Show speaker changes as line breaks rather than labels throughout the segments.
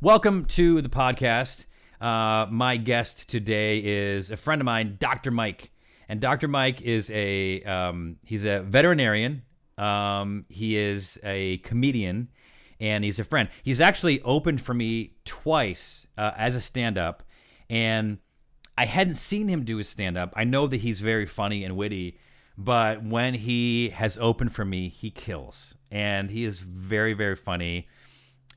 Welcome to the podcast. Uh, my guest today is a friend of mine, Dr. Mike. And Dr. Mike is a um, he's a veterinarian. Um, he is a comedian, and he's a friend. He's actually opened for me twice uh, as a stand-up, and I hadn't seen him do his stand-up. I know that he's very funny and witty, but when he has opened for me, he kills, and he is very very funny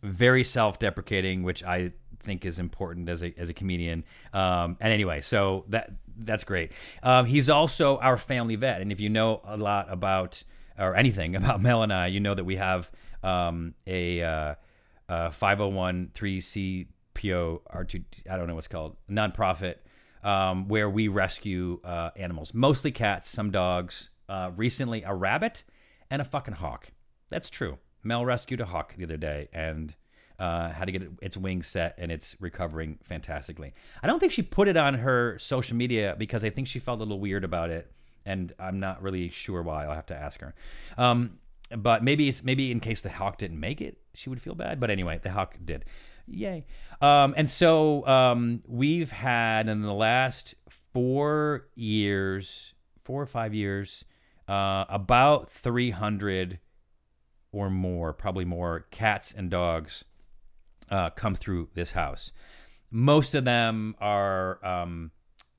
very self-deprecating, which I think is important as a as a comedian. Um, and anyway, so that that's great. Um, he's also our family vet, and if you know a lot about or anything about Mel and I, you know that we have um, a uh, uh, 501c R2. I don't know what's called nonprofit. Um, where we rescue uh, animals, mostly cats, some dogs. Uh, recently, a rabbit and a fucking hawk. That's true. Mel rescued a hawk the other day and uh, had to get it- its wings set, and it's recovering fantastically. I don't think she put it on her social media because I think she felt a little weird about it, and I'm not really sure why. I'll have to ask her. Um, but maybe it's maybe in case the hawk didn't make it, she would feel bad. But anyway, the hawk did. Yay! Um, and so um, we've had in the last four years, four or five years, uh, about 300 or more, probably more, cats and dogs uh, come through this house. Most of them are um,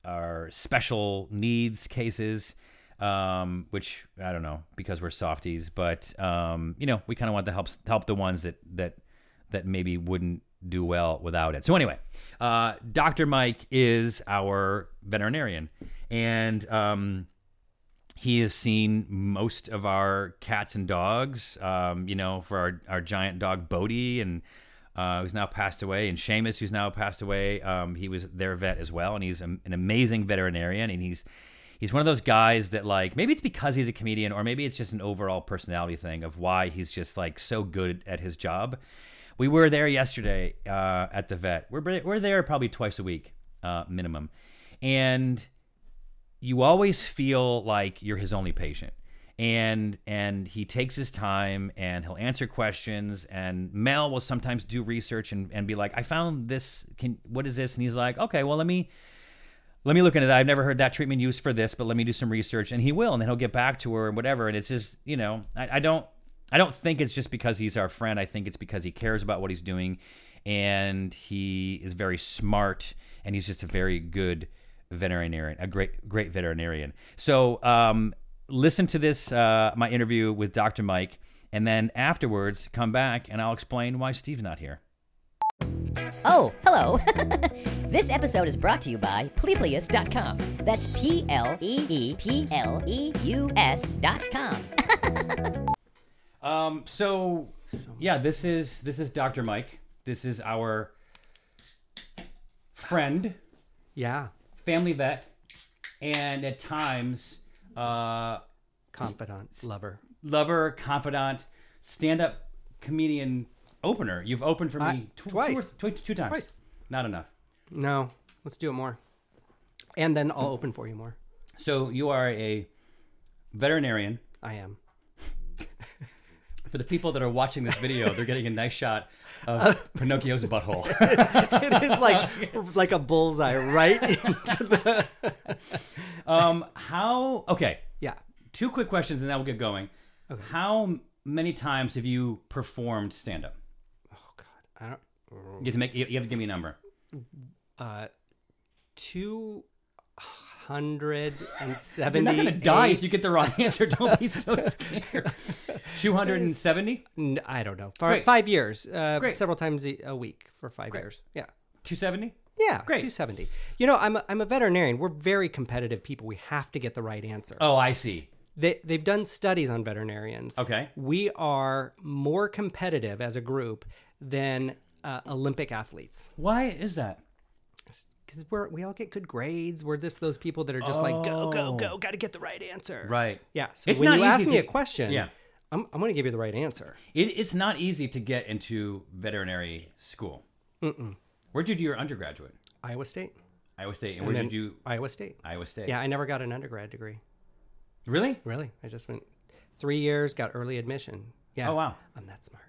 are special needs cases, um, which I don't know because we're softies, but um, you know we kind of want to help help the ones that that that maybe wouldn't do well without it. So anyway, uh, Doctor Mike is our veterinarian, and um, he has seen most of our cats and dogs. Um, you know, for our, our giant dog Bodie, and uh, who's now passed away, and Seamus, who's now passed away. Um, he was their vet as well, and he's am- an amazing veterinarian, and he's he's one of those guys that like maybe it's because he's a comedian, or maybe it's just an overall personality thing of why he's just like so good at his job. We were there yesterday uh, at the vet. We're we're there probably twice a week uh, minimum, and you always feel like you're his only patient and and he takes his time and he'll answer questions and mel will sometimes do research and, and be like i found this can what is this and he's like okay well let me let me look into that i've never heard that treatment used for this but let me do some research and he will and then he'll get back to her and whatever and it's just you know i, I don't i don't think it's just because he's our friend i think it's because he cares about what he's doing and he is very smart and he's just a very good veterinarian, a great great veterinarian. So um, listen to this uh, my interview with Dr. Mike, and then afterwards come back and I'll explain why Steve's not here.
Oh, hello. this episode is brought to you by Pleplius.com. That's P L E E P L E U S.com.
Um, so yeah, this is this is Dr. Mike. This is our friend,
Yeah,
family vet, and at times uh,
confidant, lover.
lover, confidant, stand-up comedian opener. You've opened for me
I-
tw- two
twice.
or- twi- two times.
Twice.
Not enough.
No, let's do it more, and then I'll open for you more.
So you are a veterinarian.
I am.
For the people that are watching this video, they're getting a nice shot of Pinocchio's butthole.
It is like like a bullseye, right? into the,
um, how? Okay,
yeah,
two quick questions, and then we'll get going. How many times have you performed stand up?
I don't.
You have to make. You have to give me a number.
Uh, two hundred and
You're
seventy.
not gonna die if you get the wrong answer. Don't be so scared. Two hundred and seventy.
I don't know. For
Great.
five years, uh,
Great.
several times a a week for five years. Yeah.
Two seventy.
Yeah,
Great.
270. You know, I'm a, I'm a veterinarian. We're very competitive people. We have to get the right answer.
Oh, I see.
They, they've done studies on veterinarians.
Okay.
We are more competitive as a group than uh, Olympic athletes
Why is that?
because we're we all get good grades. We're just those people that are just like go go
Oh.
go, got to get the right answer.
Right.
Yeah. So
It's
when
not
you ask
easy
me
to-
a question,
Yeah.
I'm I'm going to give you the right answer.
It, it's not easy to get into veterinary school. Where did you do your undergraduate?
Iowa State.
Iowa State. And, where
Then
did you?
Iowa State.
Iowa State.
Yeah, I never got an undergrad degree.
Really?
Really, I just went three years, got early admission. Yeah.
Oh, wow.
I'm that smart.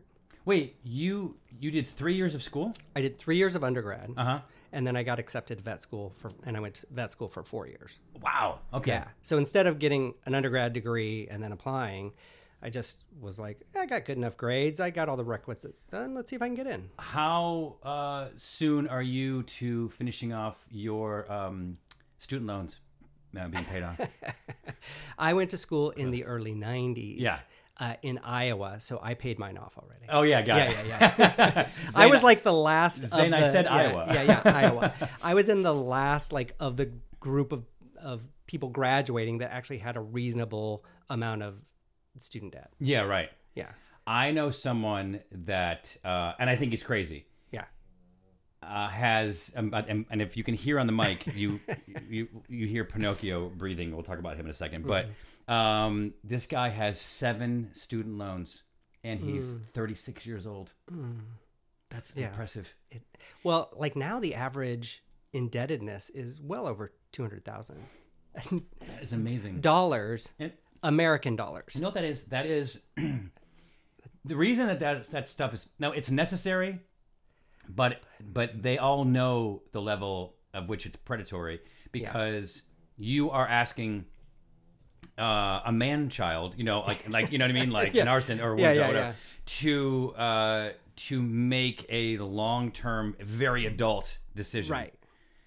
Wait, you you did three years of school?
I did three years of undergrad,
Uh-huh.
and then I got accepted to vet school for, and I went to vet school for four years.
Wow. Okay.
Yeah. So instead of getting an undergrad degree and then applying, I just was like, I got good enough grades. I got all the requisites done. Let's see if I can get in.
Ah, How uh, soon are you to finishing off your um, student loans uh, being paid off?
I went to school in the early 90s
Yeah.
uh, in Iowa, so I paid mine off already.
oh yeah, got
Yeah,
it.
yeah, yeah. I was like the last. of
Zane, I
the-
said
yeah,
Iowa.
Yeah, yeah, Iowa. I was in the last like of the group of of people graduating that actually had a reasonable amount of student debt.
yeah, right.
Yeah,
I know someone that, uh, and I think he's crazy.
yeah.
Uh, has um, but- and, and if you can hear on the mic, you you you hear Pinocchio breathing. We'll talk about him in a second. But um, this guy has seven student loans, and he's 36 years old. That's
Mm. Yeah.
impressive.
It, well, like now the average indebtedness is well over two hundred thousand
That
Mm.
is amazing.
dollars,
And-
American dollars.
You know what that is? That is the reason that that, that stuff is no, it's necessary, but but they all know the level of which it's predatory because you are asking uh, a man child, you know, like like you know what I mean, like an arson or a woman
Yeah, yeah,
child, whatever,
yeah.
to uh, to make a long term, very adult decision,
Right,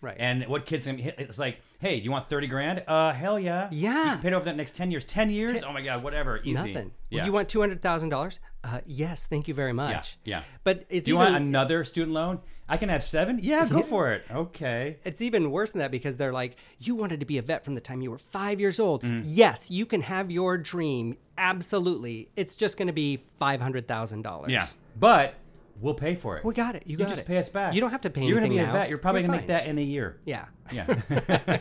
right.
and what kids can it's like, hey, do you want thirty grand? Uh, hell yeah,
Yeah.
You paid over that next ten years, ten years. oh my god, whatever, easy.
Nothing.
Yeah.
You want two hundred thousand dollars? Uh, yes, thank you very much.
yeah.
But it's
Do you
even,
want another student loan? I can have seven. Yeah, go for it. Okay.
it's even worse than that because they're like, you wanted to be a vet from the time you were five years old.
Mm.
Yes, you can have your dream. Absolutely. It's just going to be $500,000.
Yeah, but we'll pay for it.
We got it. You got
just
it.
pay us back.
You don't have to pay
You're
anything
gonna be
now.
a vet. You're probably
We're
gonna
fine.
make that in a year.
Yeah. Uh,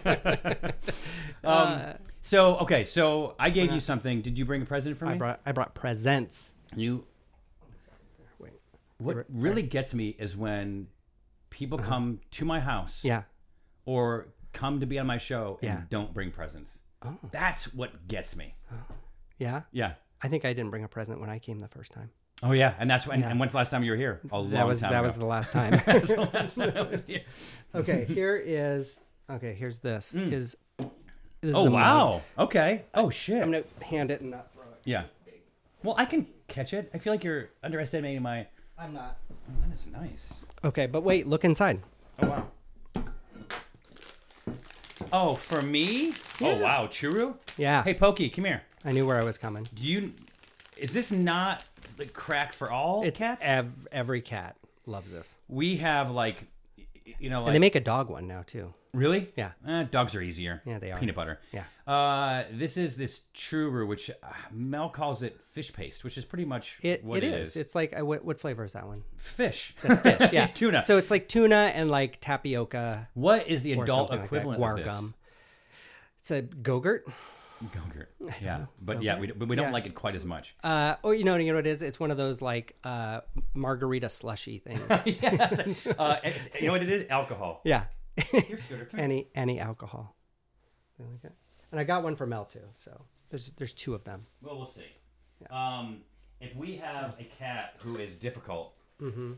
Yeah. um, so okay, so I gave you something. Did you bring a present for me?
I brought, I brought presents.
You.
Wait.
What really gets me is when people
Uh-huh.
come to my house.
Yeah.
or come to be on my show and
Yeah. Oh.
don't bring presents. That's what gets me.
Yeah.
Yeah.
I think I didn't bring a present when I came the first time.
Oh yeah, and that's when. And when's the last time you were here? A long
That was
time
that
ago. Oh,
was the last time.
That was the last time I was here.
okay, here is okay, here's this. Is this is
Oh
a mug.
wow. Okay. Oh shit.
I'm going to hand it and not throw it.
yeah. Well, I can catch it. I feel like you're underestimating my.
I'm not.
Oh, that is nice.
Okay, but wait, look inside.
Oh wow. Oh, for me? Oh wow, Churu.
Yeah.
Hey, Pokey, come here.
I knew where I was coming.
Do you? Is this not the crack for all
It's e-
cats?
ev- every cat loves this.
we have like, y- you know, like
And they make a dog one now too.
Really?
Yeah.
Eh, dogs are easier.
Yeah, they are.
Peanut butter.
Yeah.
Uh, this is this churro, which uh, Mel calls it fish paste, which is pretty much
It
what
it is. It's like I- what, what flavor is that one?
fish. That's fish.
Yeah,
Tuna.
So it's like tuna and like tapioca
what is the
or
adult
something
equivalent
like that.
of
Guar
this?
gum. It's a gogurt,
Gogurt. Yeah. But yeah, we, d- but we don't
Yeah.
like it quite as much.
uh, or you know, you know what it is? It's one of those like uh, margarita slushy things.
uh, it's, you know what it is? Alcohol.
yeah,
Here, Scooter, come here.
any any alcohol. Something like that. And I got one for Mel too. So there's there's two of them.
Well, we'll see. Um, if we have a cat who is difficult,
Mm-hmm.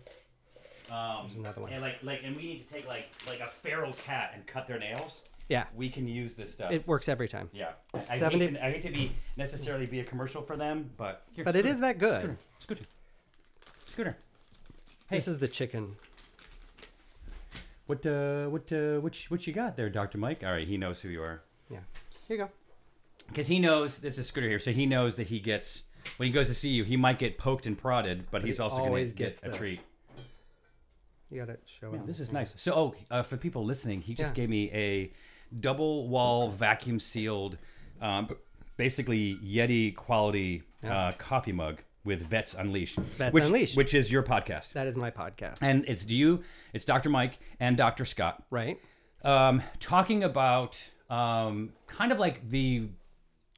um,
another one.
and like like, and we need to take like like a feral cat and cut their nails.
Yeah.
we can use this stuff.
It works every time.
yeah, I, I
Seventy-
hate to, I hate to be necessarily be a commercial for them, but here,
But it is that good.
Scooter, Scooter.
This is the chicken.
What uh, what uh, what you, what you got there, Doctor Mike? All right, he knows who you are
Yeah. Here you go.
because he knows this is Scooter here, so he knows that he gets when he goes to see you, he might get poked and prodded, but, he's
he
also going
always
to get
gets
a
this.
treat.
You gotta show
Man,
him.
this is nice. So, oh, uh, for people listening, he just
Yeah.
gave me a double wall vacuum sealed, um, basically Yeti quality uh, coffee mug with Vets Unleashed.
Vets
which,
Unleashed.
which is your podcast,
That is my podcast.
and it's you, it's Dr. Mike and Dr. Scott,
right?
um, talking about um, kind of like the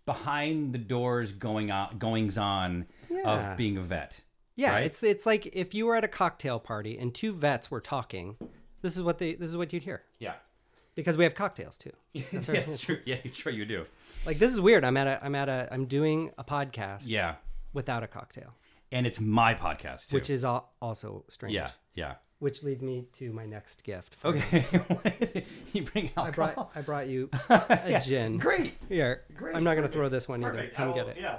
behind the doors going on goings on
Yeah.
of being a vet.
Yeah,
Right?
it's it's like if you were at a cocktail party and two vets were talking, this is what they this is what you'd hear
Yeah,
because we have cocktails too.
that's true. Yeah, you sure you do.
Like this is weird. I'm at a I'm at a I'm doing a podcast
Yeah.
without a cocktail.
and it's my podcast too.
which is al- also strange.
yeah, yeah.
Which leads me to my next gift. for you.
Okay, What is it? you bring alcohol.
I brought I brought you a gin.
Great.
Here,
Great,
I'm not going to
perfect,
throw this one either.
Perfect.
Come
I
get
will-
it.
Yeah.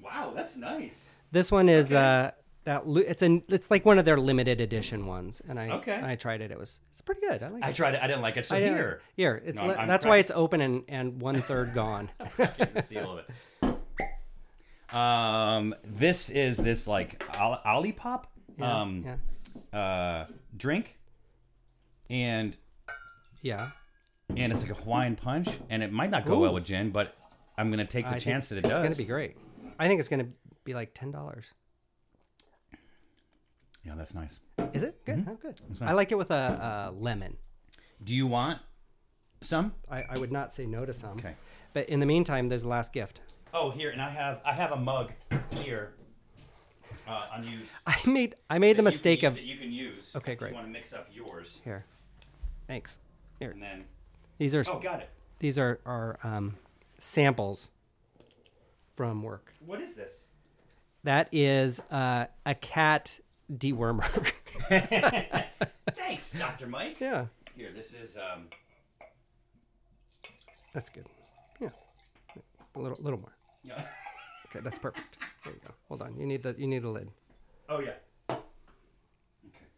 Wow, that's nice.
This one is uh that lu- it's an it's like one of their limited edition ones, and I
Okay.
I tried it. It was it's pretty good. I like.
I
it.
tried it. I didn't like it. So
I, uh,
here,
here. It's
No,
le-
I'm
that's
trying-
why it's open and and one third gone.
get the seal of it. Um, this is this like Ol- Olipop um
yeah,
uh drink, and
yeah.
and it's like a Hawaiian punch, and it might not go well with gin, but I'm gonna take the
I think
chance that it
It's
does.
gonna be great. I think it's gonna be like ten dollars.
yeah, that's nice.
Is it
Mm-hmm.
good? Oh, good. I like it with a, a lemon.
Do you want some?
I, I would not say no to some.
Okay.
But in the meantime, there's the last gift.
Oh, here, and I have I have a mug here, uh, unused.
I made I made the mistake of
you can use.
Okay, if you great.
to mix up yours,
here. Thanks. Here.
then oh,
These are
got it.
these are are um, samples from work.
What is this?
That is uh, a cat dewormer.
Thanks, Doctor Mike.
yeah,
Here, this is um.
that's good. Yeah, a little little more.
Yeah.
Okay, that's perfect. There you go. Hold on. You need the you need a lid
Oh yeah. Okay.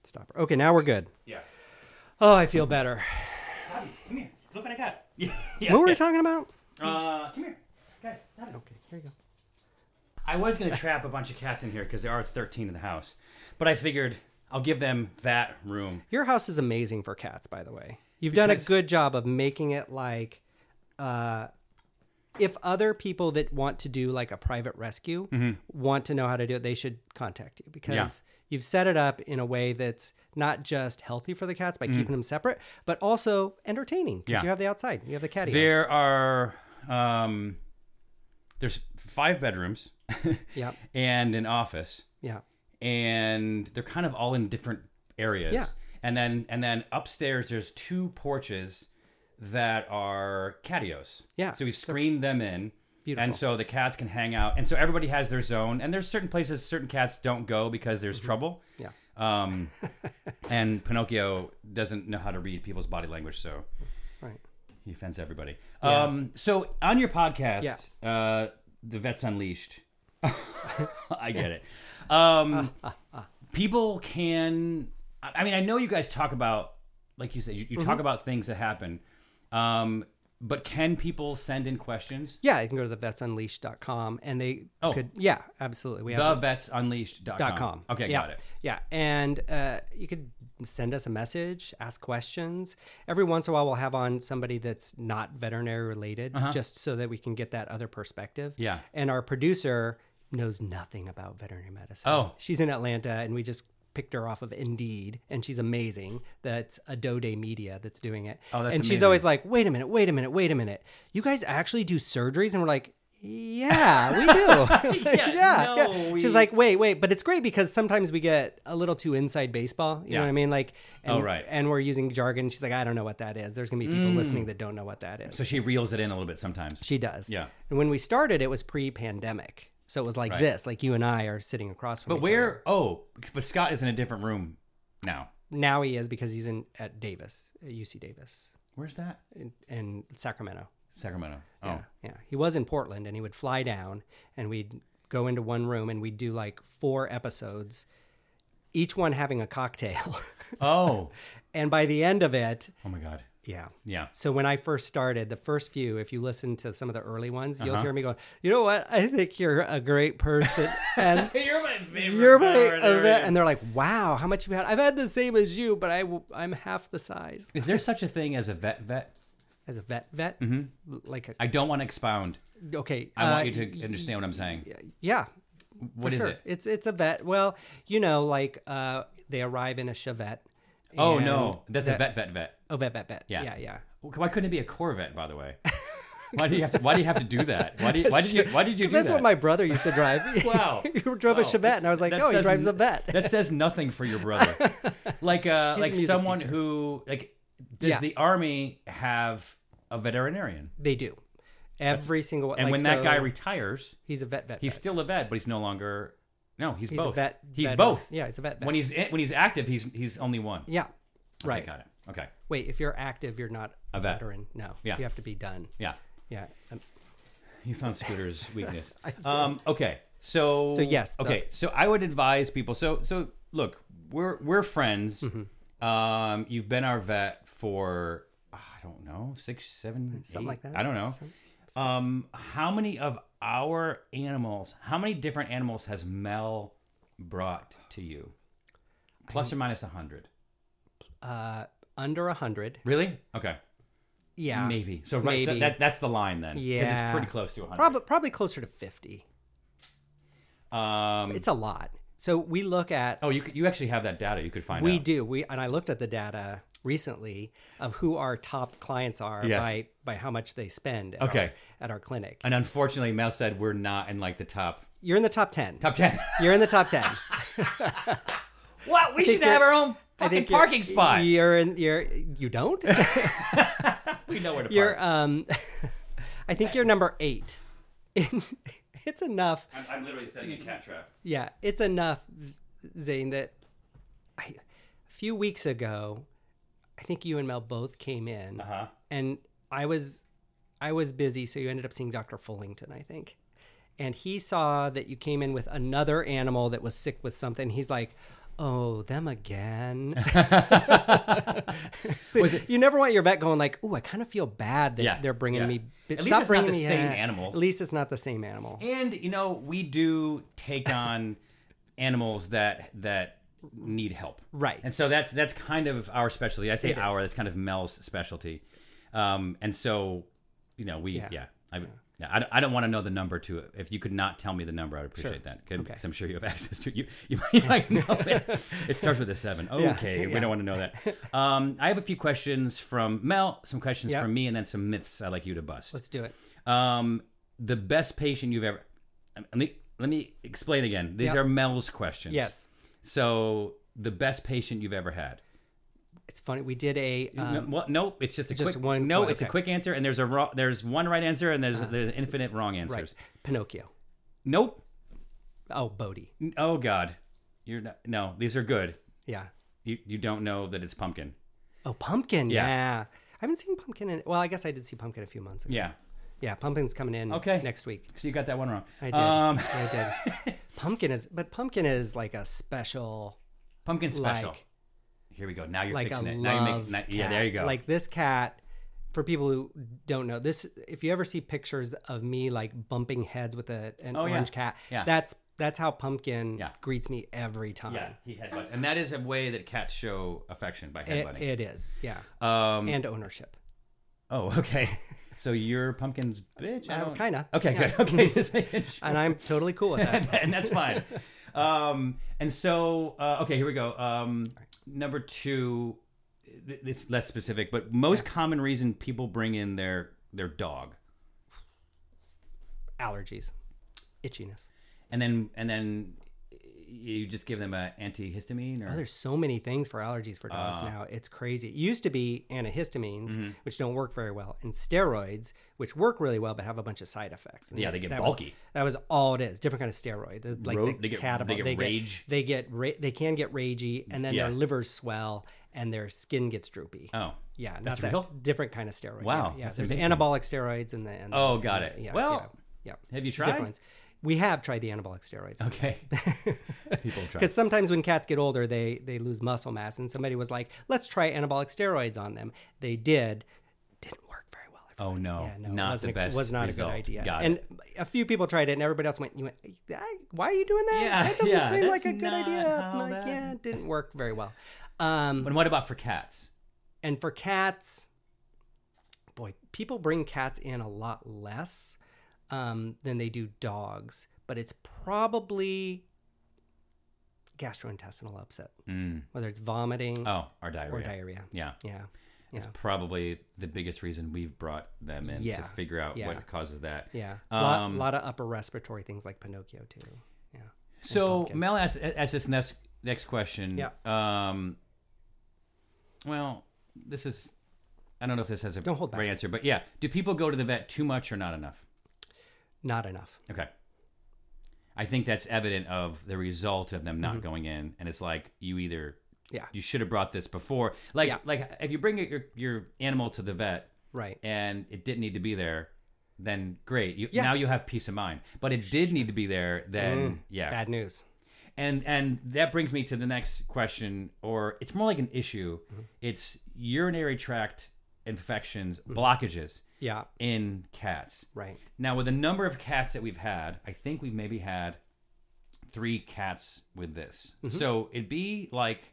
stopper. Okay, now we're good.
Yeah.
Oh, I feel better.
Bobby, come here. Look what I got. Yeah.
What were we talking about?
Uh, come here, guys. Bobby.
Okay, here you go.
I was gonna trap a bunch of cats in here because there are thirteen in the house, but I figured I'll give them that room.
Your house is amazing for cats, by the way. You've done a
Because-
good job of making it like, uh, if other people that want to do like a private rescue
Mm-hmm.
want to know how to do it, they should contact you because you've set it up in a way that's not just healthy for the cats by keeping them separate, but also entertaining because
Mm. Yeah.
you have the outside, you have the catty.
There are um, there's five bedrooms,
Yeah,
and an office.
yeah,
and they're kind of all in different areas.
Yeah.
And then and then upstairs there's two porches that are catios.
Yeah.
So we screen them in.
Beautiful.
And so the cats can hang out. And so everybody has their zone. And there's certain places certain cats don't go because there's trouble.
Mm-hmm. yeah.
Um and Pinocchio doesn't know how to read people's body language, so
Right.
he offends everybody. Um so on your podcast, uh The Vets Unleashed. I get it. Um people can I I mean, I know you guys talk about like you said, you, you
Mm-hmm.
talk about things that happen. Um but can people send in questions?
Yeah, you can go to thevetsunleashed.com and they
Oh.
could. Yeah, absolutely. We have
The vetsunleashed.com.
dot com.
Okay,
yeah.
got it.
Yeah, and uh, you could send us a message, ask questions. Every once in a while, we'll have on somebody that's not veterinary related, just so that we can get that other perspective.
Uh-huh. Yeah.
and our producer knows nothing about veterinary medicine.
Oh.
she's in Atlanta, and we just picked her off of Indeed, and she's amazing. That's Adode Media that's doing it.
Oh, that's
and she's
amazing.
always like, "Wait a minute, wait a minute, wait a minute. You guys actually do surgeries?" And we're like. Yeah, we do.
Yeah,
yeah.
no,
yeah.
we-
She's like, wait, wait, but it's great because sometimes we get a little too inside baseball. You
Yeah.
know what I mean? Like, and,
Oh, right. Mm.
And we're using jargon. She's like, I don't know what that is. There's gonna be people listening that don't know what that is.
So she reels it in a little bit sometimes.
she does.
Yeah.
And when we started, it was pre-pandemic, so it was like
Right.
this. Like you and I are sitting across from.
But
each other.
where? Oh, but Scott is in a different room now.
now he is because he's in at Davis, at UC Davis,
Where's that?
in, in Sacramento.
Sacramento. Oh,
Yeah, yeah. He was in Portland, and he would fly down, and we'd go into one room, and we'd do like four episodes, each one having a cocktail.
oh,
And by the end of it,
oh my God.
yeah.
Yeah.
So when I first started, the first few, if you listen to some of the early ones, you'll
Uh-huh.
hear me going, you know what? I think you're a great person. And
You're my favorite.
you're my event. And they're like, wow, how much you had? I've had the same as you, but I, w- I'm half the size.
Is there such a thing as a vet vet?
As a vet, vet, like a,
I don't want to expound.
okay.
Mm-hmm. I
uh,
want you to understand what I'm saying.
Yeah.
What is
sure.
it?
It's, it's a vet. Well, you know, like uh, they arrive in a Chevette.
Oh
and-
no, that's a vet vet vet.
Oh, vet, vet, vet.
Yeah.
Yeah, yeah.
Why couldn't it be a Corvette? By the way, why do you have to? Why do you have to do that? Why did? Why did you? Why did you do
That's
that?
what my brother used to drive.
Wow.
he drove
Wow.
a Chevette, and I was like,
That
oh, he
says
drives a
n-
vet.
that says nothing for your brother. like uh, like
music
someone
teacher.
who like does
Yeah.
the army have a veterinarian?
They do. Every single one.
And
like,
when that
so
guy retires,
he's a vet vet.
he's
vet.
still a vet, but he's no longer. No, he's,
He's a
both.
vet-
he's
vet-
both.
yeah, he's a vet- vet.
When he's in- when he's active, he's he's only one. Okay,
yeah, right.
got it. Okay,
Wait, if you're active, you're not
A vet.
veteran. No,
Yeah.
you have to be done.
yeah.
Yeah, Um,
You found Scooter's weakness. um, okay, so
So, yes, the-
okay, so I would advise people. So so look, we're we're friends.
Mm-hmm.
Um, you've been our vet for I don't know six, seven,
Something
eight?
like that.
I don't know.
Some-
um, how many of our animals? How many different animals has Mel brought to you? Plus or minus a hundred.
uh, under a hundred.
Really? Okay.
Yeah,
Maybe. So right. So
Maybe.
that, that's the line then. 'cause
Yeah.
It's pretty close to a hundred.
probably probably closer to fifty.
Um,
It's a lot. So we look at
Oh, you could, you actually have that data. You could find
we
out.
do we and I looked at the data recently of who our top clients are
Yes.
by by how much they spend. At
Okay.
our, at our clinic,
And unfortunately, Mel said we're not in like the top
you're in the top ten.
top ten.
You're in the top ten.
what? We should
you're-
have our own
I
fucking
think you're-
parking spot.
You're in. You're you don't.
we know where to park.
You're um, I think you're number eight. it's enough.
I'm, I'm literally setting a cat trap.
Yeah, it's enough, Zane. That I, a few weeks ago, I think you and Mel both came in,
Uh-huh.
and I was, I was busy, so you ended up seeing Doctor Fullington, I think, and he saw that you came in with another animal that was sick with something. He's like. Oh, them again. So you never want your vet going like, "Ooh, I kind of feel bad that
Yeah,
they're bringing
yeah.
me."
At least
stop
it's not
bringing
the
me
same
that."
animal.
At least it's not the same animal.
And you know, we do take on animals that that need help.
Right.
And so that's that's kind of our specialty. I say our. That's kind of Mel's specialty. Um, and so, you know, we yeah. I, yeah, I, don't- I don't want to know the number to it. If you could not tell me the number, I'd appreciate that. Because I'm sure you have access to it. You, you, might know it. It starts with a seven. Okay, we don't want to know that. Um, I have a few questions from Mel, some questions
Yep.
from me, and then some myths I'd like you to bust.
Let's do it.
Um, the best patient you've ever. Let me let me explain again. These
Yeah.
are Mel's questions.
Yes.
So the best patient you've ever had.
It's funny. We did a um,
no, well, no, it's just a
just
quick
one-
No,
one,
it's a
okay. Ah.
quick answer, and there's a wrong, there's one right answer, and there's there's infinite wrong answers.
right, Pinocchio.
Nope.
Oh, Bodhi.
N- Oh God, you're not, no. These are good.
Yeah.
You you don't know that it's pumpkin.
Oh, Pumpkin.
Yeah.
Yeah. I haven't seen Pumpkin in. Well, I guess I did see Pumpkin a few months ago.
Yeah.
Yeah, Pumpkin's coming in.
Okay.
Next week.
So you got that one wrong.
I did.
Um,
I did. Pumpkin is, but Pumpkin is like a special,
pumpkin special.
like
Here we go. Now you're
like a
fixing it.
love
Now you're making. now- yeah,
cat.
there you go.
Like this cat. For people who don't know this, if you ever see pictures of me like bumping heads with a, an
Oh, yeah.
orange cat,
Yeah.
that's that's how Pumpkin
Yeah.
greets me every time.
Yeah, he headbutts, and that is a way that cats show affection by
It,
headbutting.
it is, yeah,
um,
and ownership.
oh, okay. So you're pumpkin's bitch. I
Uh,
don't-
kinda,
Okay,
yeah.
good. Okay, just making sure.
And I'm totally cool with that.
and that's fine. Um, and so, uh, okay, here we go. Um, number two, th- this is less specific, but most common reason people bring in their their dog,
allergies, itchiness.
and then and then you just give them a antihistamine or
Oh, there's so many things for allergies for dogs
Uh-huh.
now. It's crazy. It used to be antihistamines,
Mm-hmm.
which don't work very well, and steroids, which work really well but have a bunch of side effects. And
Yeah,
that-
they get
that was-
bulky.
that was all it is. Different kind of steroid. The- Like
Ro-
the
they get-
catabol-
they get
they
rage.
they get ra- they can get ragey, and then
Yeah.
their livers swell and their skin gets droopy.
oh
Yeah, not
that's
that
real?
different kind of steroid.
Wow,
yeah, yeah.
that's
there's
amazing.
anabolic steroids and the and the-
Oh, got it.
Yeah,
Well,
yeah, yeah.
have you
It's
tried?
different. We have tried the anabolic steroids.
Okay, people try.
Because sometimes when cats get older, they they lose muscle mass, and somebody was like, "Let's try anabolic steroids on them." They did. Didn't work very well.
Oh no,
Yeah, no, it
not the
wasn't
best.
A, was not
result.
a good idea.
Got
and
it.
a few people tried it, and everybody else went, "You went, "Ah, why are you doing that?
Yeah,
that doesn't
yeah,
seem like a
that's
good
not
idea."
how
I'm like,
that-
yeah, it didn't work very well. Um,
And what about for cats?
and for cats, boy, people bring cats in a lot less um, than they do dogs, but it's probably gastrointestinal upset,
Mm.
whether it's vomiting
Oh, our diarrhea.
or diarrhea.
Yeah.
Yeah.
It's probably the biggest reason we've brought them in to
Yeah.
figure out
Yeah.
what causes that.
Yeah. A lot,
Um,
lot of upper respiratory things like Pinocchio, too. Yeah.
so
pumpkin.
Mel asked, asked this next next question.
Yeah.
Um, well, this is. I don't know if this has a
Don't hold back.
great answer, but yeah, do people go to the vet too much or not enough?
Not enough.
Okay. I think that's evident of the result of them not going in, and it's like you either
Mm-hmm. Yeah.
you should have brought this before, like
Yeah.
like if you bring your your animal to the vet
Right.
and it didn't need to be there, then great, you,
Yeah. Mm.
now you have peace of mind. But it did need to be there, then yeah,
Bad news.
and and that brings me to the next question, or it's more like an issue. It's urinary tract infections, blockages
Yeah.
in cats.
Right.
Now, with the number of cats that we've had, I think we've maybe had three cats with this. So it'd be like,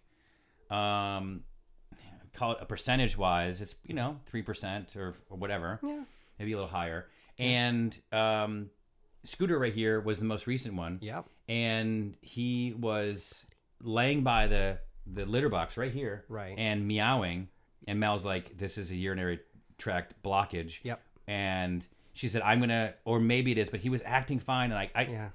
um, call it a percentage wise, it's, you know, 3% or, or whatever.
Yeah.
Maybe a little higher. And um, Scooter right here was the most recent one.
Yep.
And he was laying by the, the litter box right here.
Right.
And meowing. And Mel's like, this is a urinary tract blockage
Yep.
and she said, "I'm gonna," or maybe it is, but he was acting fine, and I, I
Yeah.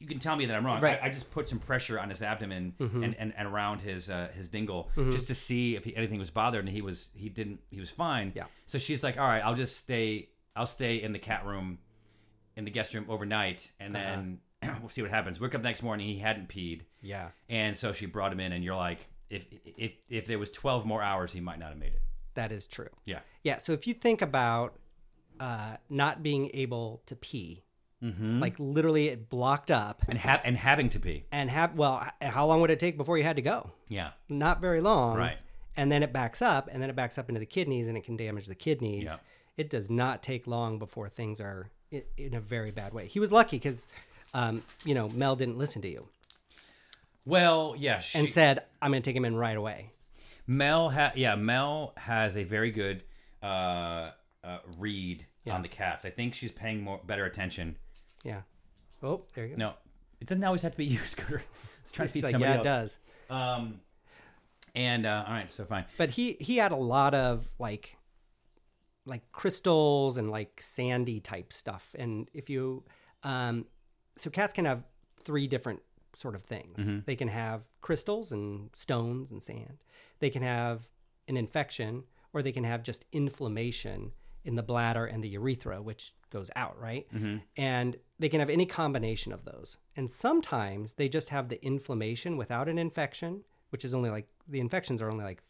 you can tell me that I'm wrong.
Right. Mm-hmm.
I, I just put some pressure on his abdomen and, and, and around his uh, his dingle just to see if he, anything was bothered, and he was he didn't he was fine.
Yeah.
So she's like, "All right, I'll just stay. I'll stay in the cat room, in the guest room overnight, and
Uh-huh.
then we'll see what happens." Wake up next morning, he hadn't peed,
Yeah.
and so she brought him in, and you're like, "If if if there was 12 more hours, he might not have made it."
That is true.
Yeah.
Yeah. So if you think about uh, not being able to pee,
Mm-hmm.
like literally it blocked up
And have and having to pee.
and have, well, h- how long would it take before you had to go?
Yeah.
Not very long.
Right.
And then it backs up and then it backs up into the kidneys and it can damage the kidneys.
Yeah.
It does not take long before things are i- in a very bad way. He was lucky because, um, you know, Mel didn't listen to you
Well, yeah. She,
and said, I'm going to take him in right away.
Mel, ha- yeah, Mel has a very good uh, uh, read on the cats. I think she's paying more better attention.
Yeah. Oh, there you go.
No, it doesn't always have to be you, Scooter. It's trying to
It's
feed
like,
somebody
yeah, it
else.
does.
Um, and uh, all right, so fine.
but he he had a lot of like like crystals and like sandy type stuff and if you um so cats can have three different sort of things they can have crystals and stones and sand they can have an infection or they can have just inflammation in the bladder and the urethra which goes out right and they can have any combination of those and sometimes they just have the inflammation without an infection which is only like the infections are only like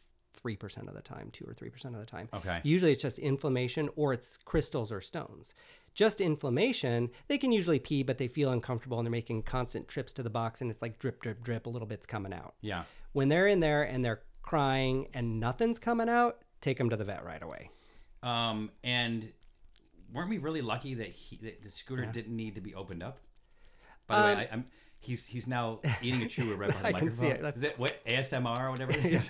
3% of the time, 2 or 3% of the time.
Okay.
Usually it's just inflammation or it's crystals or stones. Just inflammation, they can usually pee, but they feel uncomfortable and they're making constant trips to the box and it's like drip, drip, drip, a little bit's coming out.
Yeah,
When they're in there and they're crying and nothing's coming out, take them to the vet right away.
um, and weren't we really lucky that he that the Scooter didn't need to be opened up? By the way, I, I'm. He's, he's now eating a chewer right behind the
Um, I can see
microphone.
it. That's-
Is that what ASMR or whatever it is?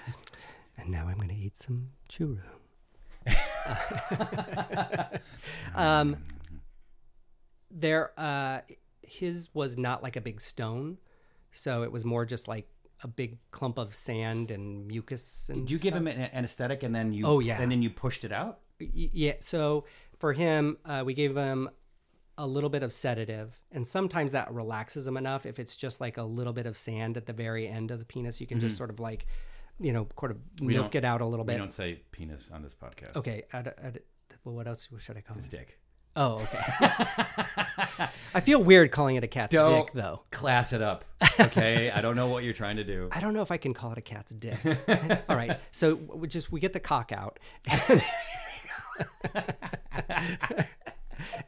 And now I'm going to eat some churro. um, Um,
Mm-hmm.
there, uh, his was not like a big stone, so it was more just like a big clump of sand and mucus. And
Do you give him an anesthetic and then you
Oh, yeah.
and then you pushed it out?
Y- yeah. So for him, uh, we gave him a little bit of sedative, and sometimes that relaxes him enough. If it's just like a little bit of sand at the very end of the penis, you can just sort of like, you know, sort of milk
don't-
it out a little
Mm-hmm. We
bit.
don't say penis on this podcast.
Okay. I'd, I'd, well, what else should I call it?
Dick.
Oh, okay. I feel weird calling it a cat's
Don't-
dick, though.
Class it up. Okay. I don't know what you're trying to do.
I don't know if I can call it a cat's dick. All right. So we just we get the cock out.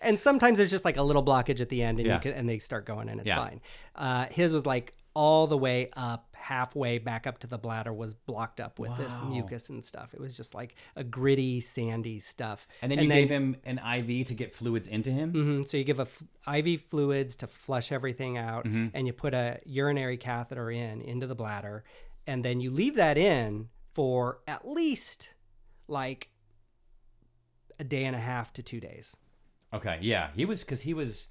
and sometimes there's just like a little blockage at the end and
Yeah.
you can, and they start going and it's
Yeah.
fine. Uh, his was like all the way up, halfway back up to the bladder was blocked up with this mucus and stuff. It was just like a gritty, sandy stuff.
And then you gave him an IV to get fluids into him.
Mhm. So you give a f- IV fluids to flush everything out, and you put a urinary catheter in into the bladder, and then you leave that in for at least like a day and a half to two days.
Okay. Yeah. He was because he was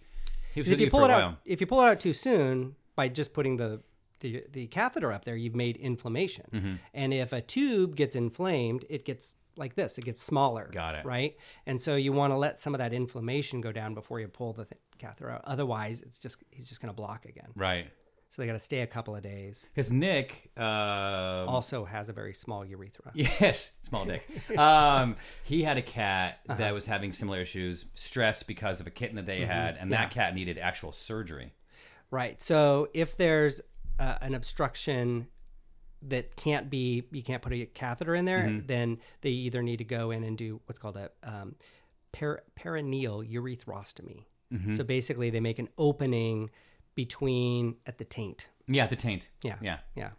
he was
Because if
with
you
you for
pull
a
it
while.
out, if you pull it out too soon by just putting the the, the catheter up there, you've made inflammation.
Mm-hmm.
And if a tube gets inflamed, it gets like this. It gets smaller.
Got it.
Right. And so you want to let some of that inflammation go down before you pull the th- catheter out. Otherwise, it's just he's just going to block again.
Right.
so they got to stay a couple of days.
Because Nick, um,
Also has a very small urethra.
Yes, small dick. Um, he had a cat
Uh-huh.
that was having similar issues, stress because of a kitten that they
Mm-hmm.
had, and that cat needed actual surgery.
Right. So if there's uh, an obstruction that can't be, you can't put a catheter in there,
Mm-hmm.
then they either need to go in and do what's called a um, per- perineal urethrostomy.
Mm-hmm.
So basically, they make an opening between at the taint.
Yeah, the taint.
Yeah.
yeah,
Yeah.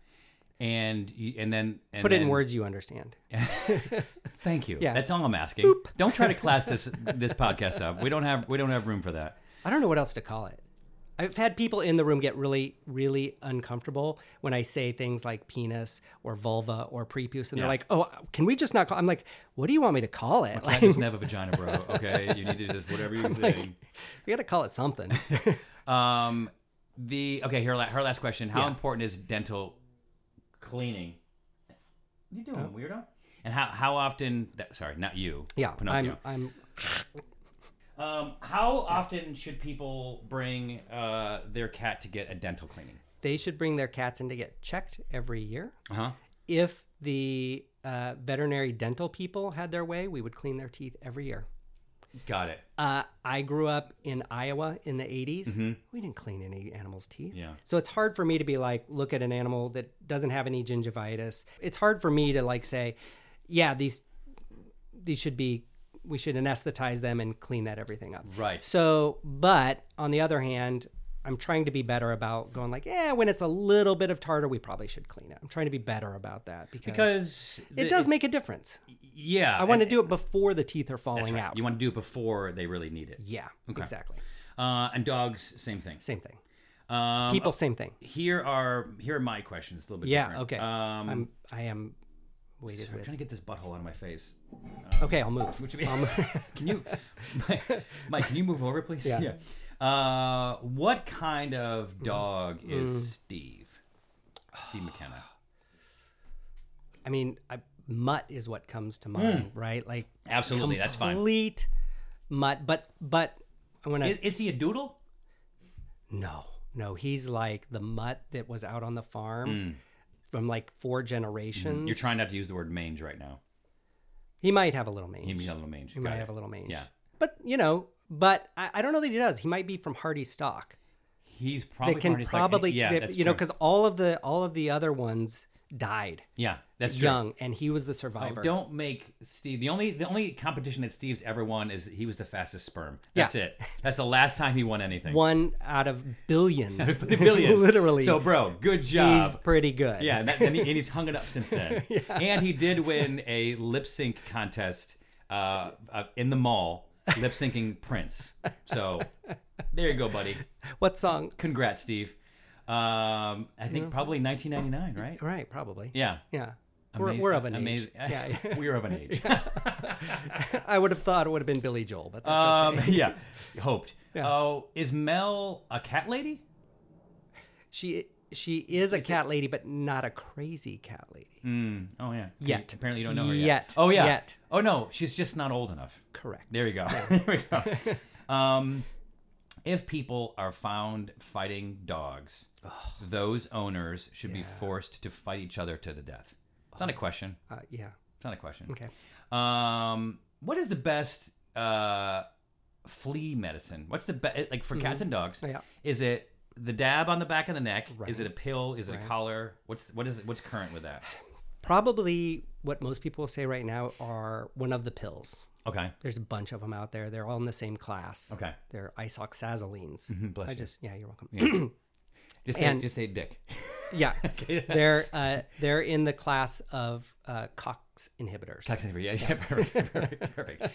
and you, and then and
Put it in
then-
words you understand.
Thank you.
Yeah.
that's all I'm asking. Don't try to class this this podcast up. We don't have we don't have room for that.
I don't know what else to call it. I've had people in the room get really, really uncomfortable when I say things like penis or vulva or prepuce, and
Yeah.
they're like, "Oh, can we just not call?" I'm like, "What do you want me to call it?
I
Like,
just have a vagina, bro. Okay, you need to just whatever you're doing.
we got to call it something."
Um, the okay. Her la- her last question: How important is dental cleaning? What you doing
Uh-huh.
weirdo? And how how often? That, sorry, not you.
yeah, I'm,
Pinocchio.
I'm.
um, how often should people bring uh, their cat to get a dental cleaning?
They should bring their cats in to get checked every year.
Uh huh.
If the uh, veterinary dental people had their way, we would clean their teeth every year.
Got it.
Uh, I grew up in Iowa in the 80s. We didn't clean any animals' teeth.
Mm-hmm. Yeah.
So it's hard for me to be like, look at an animal that doesn't have any gingivitis. It's hard for me to like say, yeah, these these should be we should anesthetize them and clean that everything up.
Right.
So, but on the other hand, I'm trying to be better about going like, yeah, when it's a little bit of tartar, we probably should clean it. I'm trying to be better about that because,
Because
it
the-
does make a difference.
Yeah,
I want to do it before the teeth are falling out.
You want to do it before they really need it.
yeah, exactly.
Uh, and dogs, same thing.
Same thing.
Um,
People, same thing.
Here are here are my questions. A little bit.
Yeah.
different.
Okay.
Um,
I'm. I am. Waited
I'm
with.
trying to get this butthole out of my face. um,
Okay, I'll move.
Which means, can you, Mike, Mike, Can you move over, please?
Yeah.
Yeah. Uh, what kind of dog
Mm.
is Steve? Steve McKenna.
I mean, I, mutt is what comes to mind, right? Like
Hmm. Absolutely, that's fine.
Complete mutt, but but I want
Is,
to.
is he a doodle?
No, no, he's like the mutt that was out on the farm from like four generations.
Hmm. Mm-hmm. You're trying not to use the word mange right now.
He might have a little mange.
He means a little mange.
He might have a little mange.
Yeah.
But you know, but I, I don't know that he does. He might be from Hardy stock.
He's
They
probably part-
can
he's like-
probably,
yeah,
that-
that's
you know,
true.
because all of the all of the other ones died.
yeah, that's true. Oh,
young, and he was the survivor.
Don't make Steve the only the only competition that Steve's ever won is that he was the fastest sperm.
Yeah.
That's it. That's the last time he won anything.
One out of billions,
Billions.
literally.
So, bro, good job.
he's pretty good.
Yeah, and, that, and, he, and he's hung it up since then. And he did win a lip sync contest uh, uh, in the mall, lip syncing Prince. So there you go, buddy.
What song?
Congrats, Steve. Um, I think probably 1999, right?
Right, probably.
Yeah.
yeah. We're, we're of an age. Yeah,
Yeah. We're of an age.
I would have thought it would have been Billy Joel, but that's okay.
um, yeah. Hoped.
Yeah.
Oh, is Mel a cat lady?
she she is a cat lady, but not a crazy cat lady.
Mm. Oh, yeah.
Yet.
You- apparently you don't know her yet.
Yet.
Oh, yeah.
Yet.
Oh, no. She's just not old enough.
Correct.
There you go. there we go. Um, if people are found fighting dogs, those owners should be forced to fight each other to the death. It's not a question.
Uh, yeah.
It's not a question.
Okay.
Um, what is the best uh, flea medicine? What's the best like for cats and dogs?
Yeah.
Is it the dab on the back of the neck? Is it a pill? Is it a collar? What's what is it? What's current with that?
Probably what most people say right now are one of the pills.
Okay.
There's a bunch of them out there. They're all in the same class.
Okay. Mm-hmm,
They're isoxazolines.
bless
I
you.
just yeah, you're welcome.
Just say,
And-
just say dick.
Yeah, they're uh, they're in the class of uh, COX inhibitors,
Cox yeah, yeah, perfect, perfect, perfect.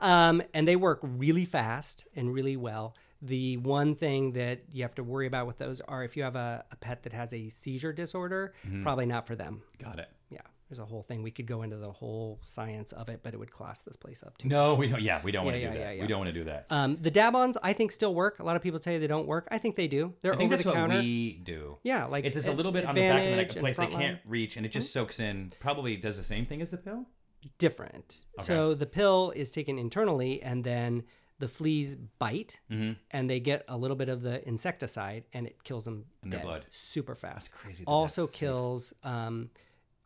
um, and they work really fast and really well. The one thing that you have to worry about with those are if you have a, a pet that has a seizure disorder,
Mm-hmm.
probably not for them.
Got it.
Yeah, there's a whole thing we could go into the whole science of it, but it would class this place up too.
No, we don't. Yeah, we don't want to
yeah,
do that.
yeah,
We
yeah.
don't want to do that.
Um, the Dabons, I think, still work. A lot of people say they don't work. I think they do. They're
I think
over
that's
the
what
counter.
we do.
Yeah, like
it's just a
ad-
little bit on the back of the neck,
advantage
a
and Mm-hmm.
place they
frontline.
can't reach, and it just soaks in. Probably does the same thing as the pill.
different. So the pill is taken internally, and then the fleas bite
Mm-hmm.
and they get a little bit of the insecticide and it kills them in
their blood.
super fast.
crazy that
Also
that's safe.
kills um,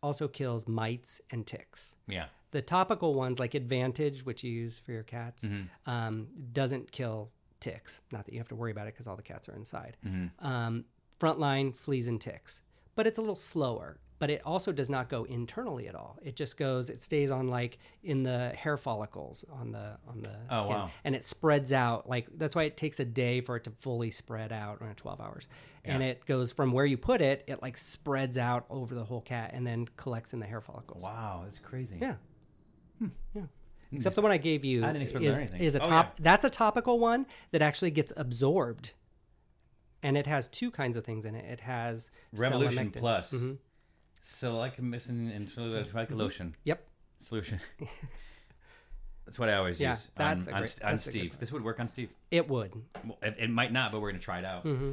also kills mites and ticks.
Yeah.
The topical ones like Advantage, which you use for your cats,
Mm-hmm.
um, doesn't kill ticks. Not that you have to worry about it because all the cats are inside.
Mm-hmm.
Um, frontline fleas and ticks, but it's a little slower. But it also does not go internally at all. It just goes. It stays on like in the hair follicles on the on the
Oh,
skin,
wow.
and it spreads out. Like that's why it takes a day for it to fully spread out, around twelve hours. And it goes from where you put it. It like spreads out over the whole cat and then collects in the hair follicles.
Wow, that's crazy.
Yeah. Yeah. Except the one I gave you
Hmm. I didn't expect
is,
that or anything.
is a
Oh,
top
yeah.
that's a topical one that actually gets absorbed. And it has two kinds of things in it. It has Mm-hmm.
Revolution
selamectin.
Plus. So like missing and so like
Mm-hmm.
lotion
Yep.
solution. That's what I always
Yeah,
use
that's
on,
a
on,
great-
St- on
that's a good
Steve.
one.
This would work on Steve.
It would. Mm-hmm.
Well, it, it might not, but we're gonna try it out.
it, it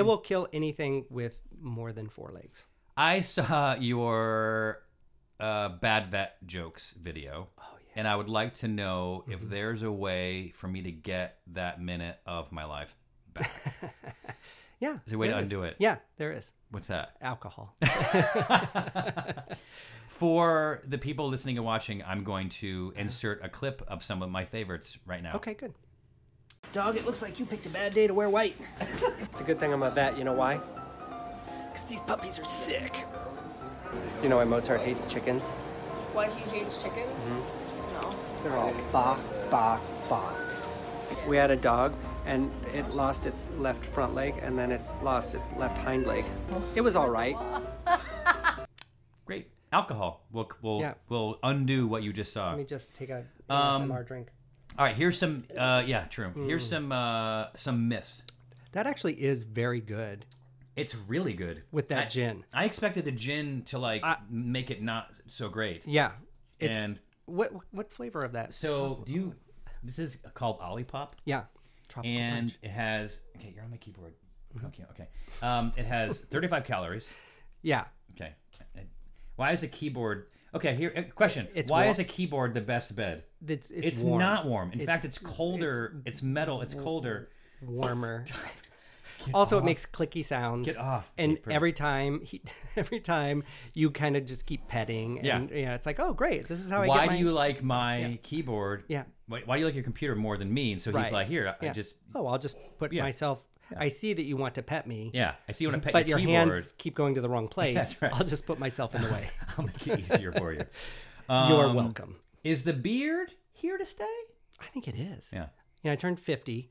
Um,
will kill anything with more than four legs.
I saw your uh, bad vet jokes video.
Oh,
And I would like to know
Mm-hmm.
if there's a way for me to get that minute of my life back.
Yeah.
Is there a way to
there is.
undo it?
Yeah, there is.
What's that?
Alcohol.
For the people listening and watching, I'm going to insert a clip of some of my favorites right now.
Uh-huh. okay, good.
Dog, it looks like you picked a bad day to wear white.
It's a good thing I'm a vet, you know why?
Because these puppies are sick.
Do you know why Mozart hates chickens?
Why he hates chickens? No.
They're all bok, bok, bok. We had a dog and it lost its left front leg and then it's lost its left hind leg. It was all right.
Great. Alcohol. We'll, we'll,
Yeah.
we'll undo what you just saw.
Let me just take a
Um,
ASMR drink.
All right, here's some. Uh, yeah, true. Here's some uh, some myths.
That actually is very good.
It's really good
With that
I-
gin.
I expected the gin to like make it not so great.
Yeah. It's,
And
what what flavor of that?
so, do you? This is called Olipop,
Yeah. Tropical
and
oh. punch. Mm-hmm.
it has. Okay, you're on my keyboard. Okay, okay. Um, it has 35 calories.
Yeah.
Okay. And Why is a keyboard? Okay, here uh, question.
It's
Why
wa-
is a keyboard the best bed?
It's it's,
It's
warm.
not warm. In fact, it's colder. It's, metal. It's colder.
warmer. also, it makes clicky sounds.
Get off,
And
paper.
every time, he, every time you kind of just keep petting.
Yeah.
And, yeah. it's like, oh, great. This is how I
why
get my...
do you like my keyboard?
Yeah.
Why, why do you like your computer more than me? And so he's
Right.
like, here, I
Yeah.
just,
oh, I'll just put myself. I see that you want to pet me.
yeah, I see you want to pet
But
your,
your
keyboard.
hands keep going to the wrong place.
That's right.
I'll just put myself in the way.
I'll make it easier for you.
You're welcome.
Is the beard Um, here to stay?
I think it is.
Yeah,
You know, I turned 50,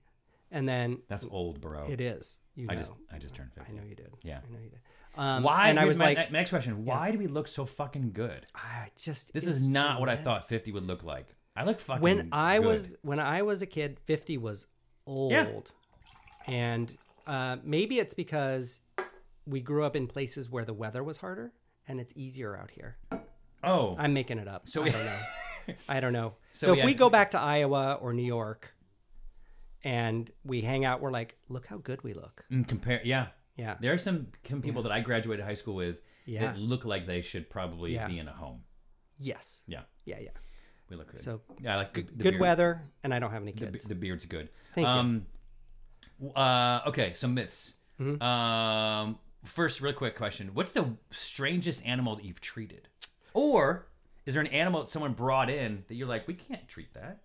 and then
that's old, bro.
it is. You
I
know.
just, I just turned fifty.
I know you did.
Yeah.
I know you did. Um,
Why?
And I
here's
was
my
like,
ne- next question. Why do we look so fucking good?
I just.
This
it's
is not what I
tremendous."
thought fifty would look like. I look fucking.
When I
good.
was when I was a kid, 50 was old. And uh, maybe it's because we grew up in places where the weather was harder and it's easier out here.
oh,
I'm making it up. So I don't know. I don't know. So, if
yeah.
we go back to Iowa or New York and we hang out, we're like, look how good we look.
and compare. Mm. Yeah,
Yeah.
there are some, some people that I graduated high school with
Yeah.
that look like they should probably
Yeah.
be in a home.
Yes.
Yeah,
Yeah, yeah.
we look good.
So
yeah, I like good, the
good
beard.
weather and I don't have any
The, be-
kids.
the beard's good.
Thank you.
you. Uh, okay, some myths.
Mm-hmm.
Um, first, real quick question: What's the strangest animal that you've treated, or is there an animal that someone brought in that you're like, we can't treat that?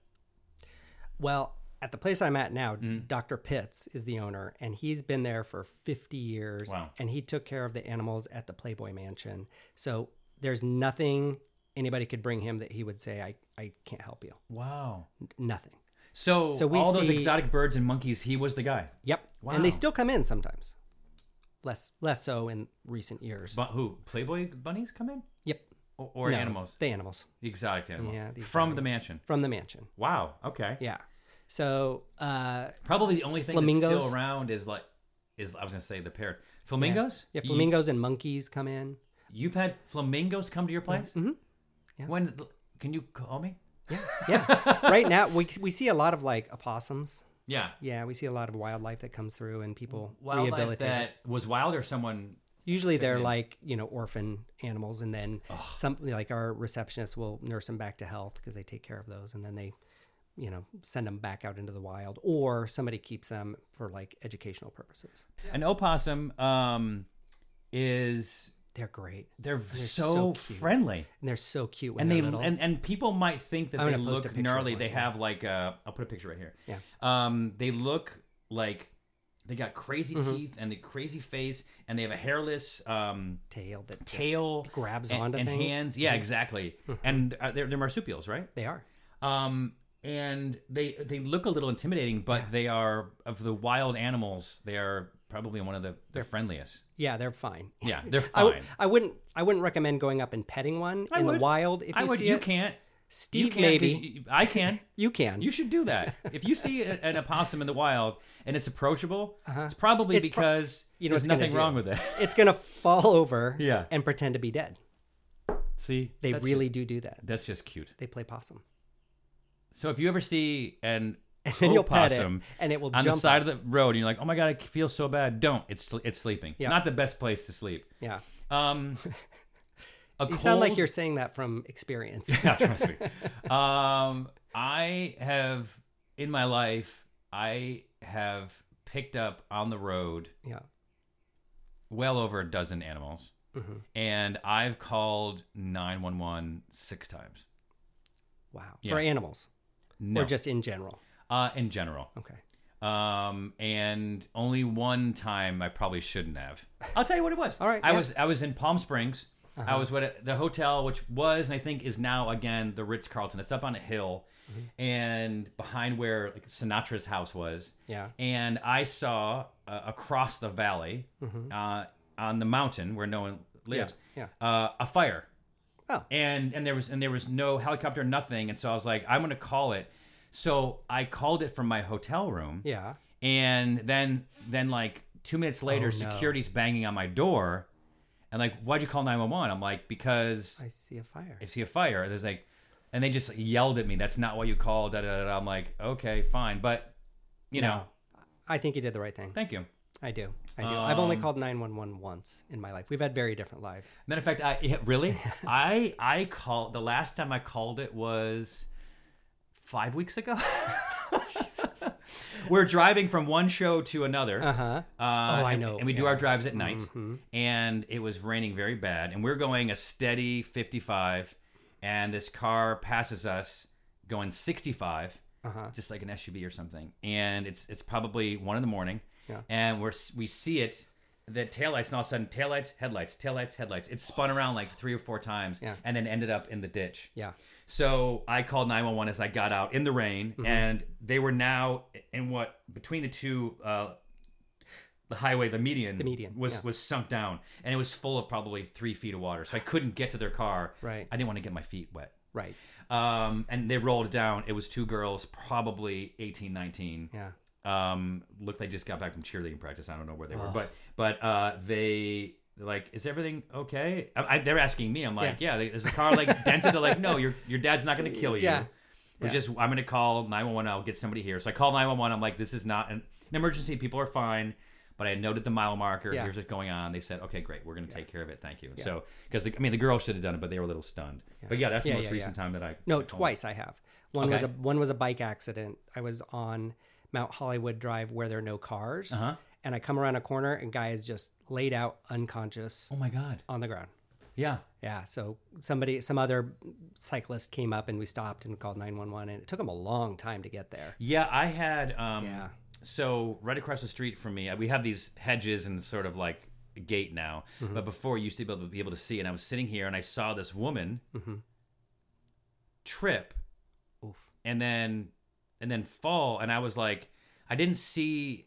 Well, at the place I'm at now,
Mm-hmm.
Dr. Pitts is the owner, and he's been there for 50 years.
Wow.
And he took care of the animals at the Playboy Mansion. So there's nothing anybody could bring him that he would say, I, I can't help you.
Wow.
Nothing.
So,
So we
all those
see-
exotic birds and monkeys, he was the guy.
Yep. And they
Wow.
still come in sometimes. Less less so in recent years.
But who? Playboy bunnies come in,
yep.
or, or
No,
animals?
The animals
The exotic animals
Yeah, the
from the mansion.
from the mansion.
Wow. Okay.
Yeah. So uh,
Probably the only thing that's
Flamingos.
still around is like is I was gonna say the parrot. Flamingos.
yeah,
You-
flamingos and monkeys come in.
You've had flamingos come to your place? Mm-hmm.
Yeah.
When can you call me?
Yeah. right now, we, we see a lot of like opossums.
Yeah.
Yeah, we see a lot of wildlife that comes through and people
Wildlife
rehabilitate. it.
that was wild or someone
Usually they're like, you know, orphan animals and then some like our receptionist will nurse them back to health because they take care of those and then they you know send them back out into the wild or somebody keeps them for like educational purposes
An opossum um, is
they're great
they're,
so
so,
cute.
friendly.
and they're so cute when
and
they're
they
little.
and, and people might think that
I'm
they
gonna post a
look
picture of
gnarly.
one,
They
yeah.
have like uh, I'll put a picture right here.
Yeah.
Um, they look like they got crazy
Mm-hmm.
teeth and the crazy face, and they have a hairless um
tail that just
tail
grabs
and,
onto
and
things Mm-hmm.
hands. Yeah, exactly. and uh, they're, they're marsupials, right?
they are
Um, and they they look a little intimidating, but they are of the wild animals. They are probably one of the, the friendliest.
yeah they're fine
Yeah, they're
I,
fine.
w- I wouldn't I wouldn't recommend going up and petting one
I
in the
would.
wild if you
I would.
see
You
it.
can't.
Steve
you can't 'cause
maybe you,
you- I can.
can
You should do that. If you see a- an opossum in the wild and it's approachable, it's probably
Uh-huh. It's pro-
because
you know
there's
it's gonna
nothing
do.
wrong with it.
it's gonna fall over
Yeah.
and pretend to be dead
see,
they
That's-
really do do that
That's just cute.
they play possum
So if you ever see an
then you'll pet it,
opossum
and it will
on the
jump
side of the road, and you're like, "Oh my god, I feel so bad." Don't. It's it's sleeping.
Yeah.
Not the best place to sleep.
yeah
Um, a
you sound like
cold-
you're saying that from experience
Yeah, trust me. um, I have in my life, I have picked up on the road
yeah
well over a dozen animals,
Mm-hmm.
and I've called nine one one six times.
wow
Yeah.
for animals
No,
or just in general
uh, in general.
okay
Um, and only one time I probably shouldn't have. I'll tell you what it was.
All right,
I
yeah. Uh-huh.
was I was in Palm Springs. I was at the hotel, which was and I think is now again the Ritz Carlton. It's up on a hill,
Mm-hmm.
and behind where like, Sinatra's house was.
Yeah.
And I saw uh, across the valley, uh, on the mountain where no one lives,
Mm-hmm. yeah.
Uh, a fire
oh
and and there was and there was no helicopter nothing and so i was like i'm gonna call it so i called it from my hotel room
yeah
and then then like two minutes later
Oh, no.
security's banging on my door and like why'd you call 911 i'm like because
i see a fire
i see a fire there's like and they just yelled at me that's not what you called da, da, da, da. i'm like okay fine but you know
i think you did the right thing
thank Um, you And
i do i do i've only called 911 once in my life we've had very different lives
matter of fact i yeah, really i i called the last time i called it was five weeks ago we're driving from one show to another
uh-huh
Uh,
Oh, I
and-
know,
And we do
yeah. Mm-hmm.
our drives at night, and it was raining very bad, and we're going a steady 55, and this car passes us going 65,
Uh-huh.
just like an SUV or something, and it's it's probably one in the morning,
Yeah.
and we're s- we see it. The taillights, and all of a sudden, taillights, headlights, taillights, headlights. It spun around like three or four times
Yeah.
and then ended up in the ditch.
yeah
So I called 911 as I got out in the rain,
Mm-hmm.
and they were now in what between the two, uh, the highway, the median, the
median,
was
yeah.
was sunk down, and it was full of probably three feet of water. So I couldn't get to their car.
Right.
I didn't want to get my feet wet.
right
Um, and they rolled it down. It was two girls, probably 18, 19.
yeah
Um, looked like they just got back from cheerleading practice. I don't know where they were, but but uh, they they're like, is everything okay? I, I, they're asking me. I'm like, yeah. they, is the car like dented? They're like, no, your your dad's not going to kill you.
Yeah.
But just I'm going to call 911. I'll get somebody here. So I call 911. I'm like, this is not an, an emergency. People are fine. But I noted the mile marker.
Yeah.
Here's what's going on. They said, okay, great. We're going to take care of it. Thank you. So because I mean, the girl should have done it, but they were a little stunned. But yeah, that's
Yeah,
the most
yeah,
recent
yeah.
time that I
No,
I called.
twice I have. One was a
Okay.
one was a bike accident. I was on Mount Hollywood Drive where there are no cars,
Uh-huh.
and I come around a corner and guy is just laid out unconscious
Oh my god.
on the ground.
Yeah.
Yeah, so somebody, some other cyclist came up and we stopped and called nine one one, and it took him a long time to get there.
Yeah, I had. Um,
Yeah.
So right across the street from me, uh, we have these hedges and sort of like a gate now.
Mm-hmm.
But before, you used to be able to be able to see. And I was sitting here and I saw this woman
mm-hmm.
trip, and then and then fall. And I was like, I didn't see.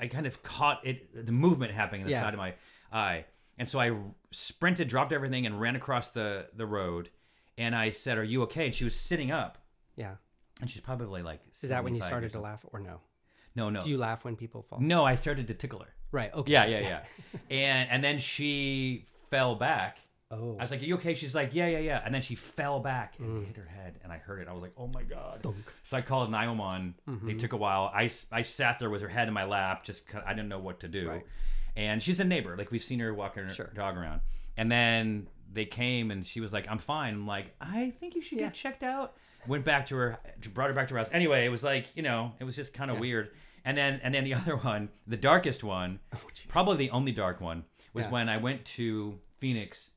I kind of caught it, the movement happening in the
Yeah.
side of my eye. And so I sprinted, dropped everything, and ran across the the road. And I said, "Are you okay?" And she was sitting up,
Yeah,
and she's probably like.
is that when you
75
started
years
to laugh or no?
no, no.
Do you laugh when people fall?
no, I started to tickle her.
Right. Okay.
Yeah, yeah, yeah. and and then she fell back.
Oh.
I was like, "Are you okay?" She's like, "Yeah, yeah, yeah." And then she fell back
Mm.
and hit her head, and I heard it. I was like, "Oh my god!" So I called nine one
Mm-hmm.
one. They took a while. I, s- I sat there with her head in my lap, just 'cause I didn't know what to do. And she's a neighbor. Like we've seen her walking her dog around. And then they came and she was like, "I'm fine." I'm like, "I think you should
Yeah.
get checked out." Went back to her, brought her back to her house. Anyway, it was like you know, it was just kind of weird. And then and then the other one, the darkest one, probably the only dark one, was
Oh, Yeah.
when I went to Phoenix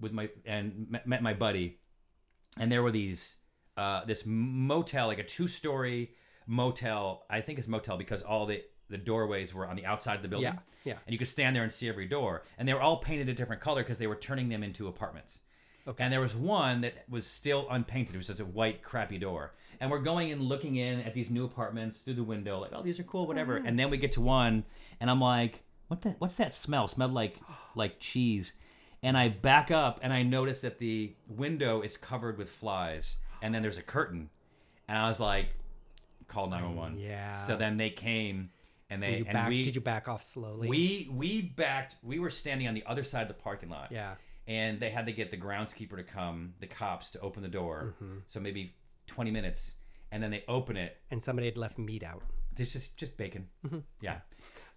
with my and met, met my buddy, and there were these uh, this motel, like a two story motel. I think it's motel because all the the doorways were on the outside of the building.
Yeah, yeah.
And you could stand there and see every door, and they were all painted a different color because they were turning them into apartments. Okay. And there was one that was still unpainted. It was just a white, crappy door. And we're going and looking in at these new apartments through the window, like, oh, these are cool, whatever.
Uh-huh.
And then we get to one, and I'm like, what the? What's that smell? Smelled like like cheese. And I back up, and I notice that the window is covered with flies, and then there's a curtain, and I was like, call nine one one.
yeah.
So then they came, and they
You
and
back,
we
did you back off slowly?
we we backed. We were standing on the other side of the parking lot.
Yeah.
And they had to get the groundskeeper to come, the cops to open the door.
Mm-hmm.
So maybe twenty minutes, and then they open it.
and somebody had left meat out.
It's just just bacon.
Mm-hmm.
Yeah.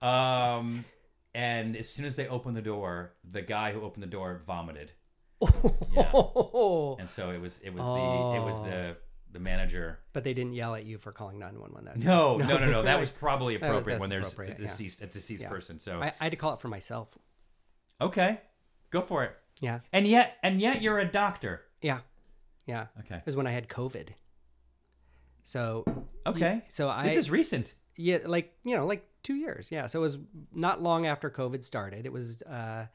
Um, and as soon as they opened the door, the guy who opened the door vomited. yeah.
Oh,
And so it was it was the it was the the manager.
but they didn't yell at you for calling 911 that day.
No, no, no, no. That was probably
was-
appropriate
that's
when there's
appropriate,
a
yeah.
deceased a deceased
Yeah.
person. So
I, I had to call it for myself.
okay, go for it.
Yeah.
And yet, and yet, you're a doctor.
Yeah. Yeah.
Okay.
It was when I had COVID. So,
Okay.
so I.
this is recent.
yeah, like, you know, like two years. Yeah. So it was not long after COVID started. It was uh,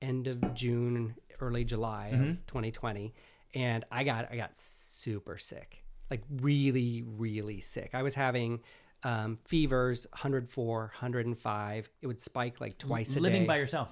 end of June, early July
Mm-hmm.
of 2020. And I got, I got super sick, like really, really sick. I was having um, fevers, 104, 105. It would spike like twice a
Living
day.
by yourself.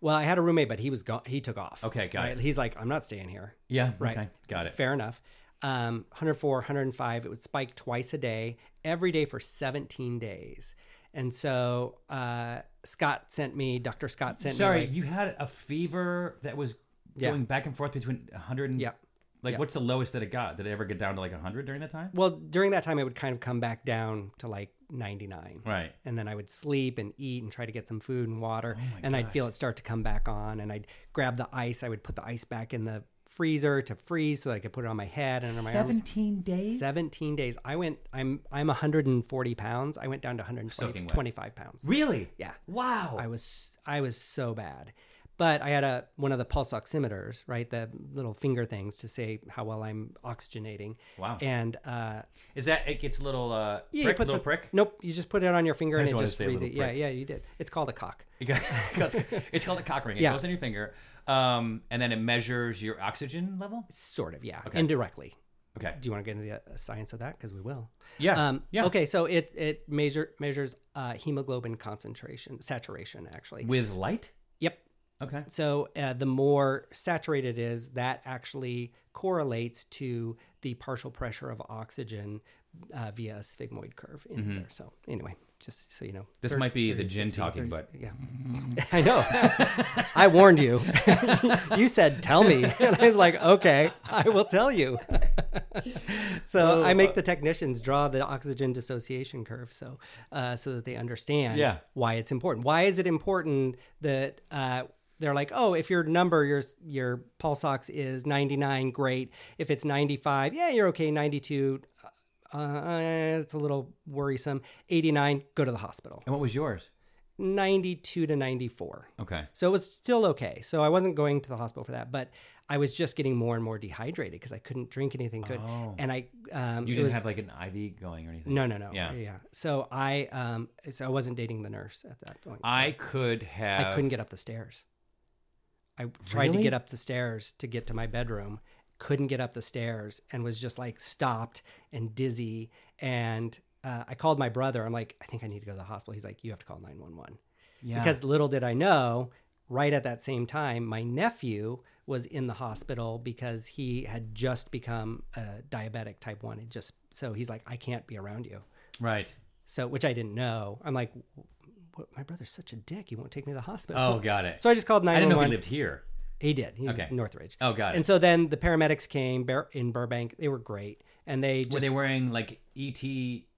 Well, I had a roommate, but he was gone. He took off.
Okay, got it.
He's like, I'm not staying here.
Yeah.
Right.
Okay. Got it.
Fair enough. Um, 104, 105. It would spike twice a day, every day for 17 days. And so uh, Scott sent me, Dr. Scott sent
Sorry,
me. like-
you had a fever that was
Yeah.
going back and forth between 100 and.
Yeah.
Like,
Yeah.
what's the lowest that it got? Did it ever get down to like 100 during that time?
well, during that time, it would kind of come back down to like 99.
Right.
And then I would sleep and eat and try to get some food and water.
Oh
and I'd feel it start to come back on. And I'd grab the ice. I would put the ice back in the freezer to freeze so that I could put it on my head and under my arms.
17 days?
17 days. I went. I'm. I'm 140 pounds. I went down to
Soaking wet.
125 pounds.
Really?
Yeah.
Wow.
I was. I was so bad. But I had a one of the pulse oximeters, right? The little finger things to say how well I'm oxygenating.
Wow.
And uh,
Is that, it gets a little uh,
yeah, you
prick,
put
little
the-
prick?
Nope. You just put it on your finger and
just
it
wanted to
just
say
frees
little
it. Yeah,
prick.
yeah, you did. It's called a cock.
You got- it's called a cock ring. It
Yeah.
goes on your finger, um, and then it measures your oxygen level.
Sort of. Yeah. Indirectly.
Okay.
Do you want to get into the uh, science of that? Because we will.
Yeah,
Um,
yeah.
Okay. So it it measure measures uh, hemoglobin concentration saturation actually.
With light?
Yep.
Okay.
So uh, the more saturated it is, that actually correlates to the partial pressure of oxygen uh, via a sphygmoid curve in there. So anyway, just so you know,
This
Thir-
might be the
30,
gin
60,
talking,
30,
but
yeah, I know. I warned you. you said, "Tell me," and I was like, "Okay, I will tell you." so I make the technicians draw the oxygen dissociation curve, so uh, so that they understand
Yeah.
why it's important. Why is it important that uh, they're like, oh, if your number, your your pulse ox is 99, great. If it's 95, yeah, you're okay. 92, uh, it's a little worrisome. 89, go to the hospital.
And what was yours?
92 to 94.
Okay.
So it was still okay. So I wasn't going to the hospital for that, but I was just getting more and more dehydrated because I couldn't drink anything good. And I
Oh.
um,
You
it
didn't
was-
have like an IV going or anything?
no no no
Yeah.
yeah. So I um so I wasn't dating the nurse at that point. So
I could have.
I couldn't get up the stairs. I tried
Really?
to get up the stairs to get to my bedroom, couldn't get up the stairs, and was just like stopped and dizzy. And uh, I called my brother. I'm like, I think I need to go to the hospital. He's like, you have to call 911.
Yeah.
Because little did I know, right at that same time, my nephew was in the hospital because he had just become a diabetic type one. It just so he's like, I can't be around you.
Right.
So which I didn't know. I'm like, "What- my brother's such a dick. He won't take me to the hospital.
Oh, got it.
So I just called
I didn't know if
911.
he lived here.
He did. He's
Okay.
Northridge.
Oh, got it.
And so then the paramedics came Bur- in Burbank. They were great. And they just.
Were they wearing like ET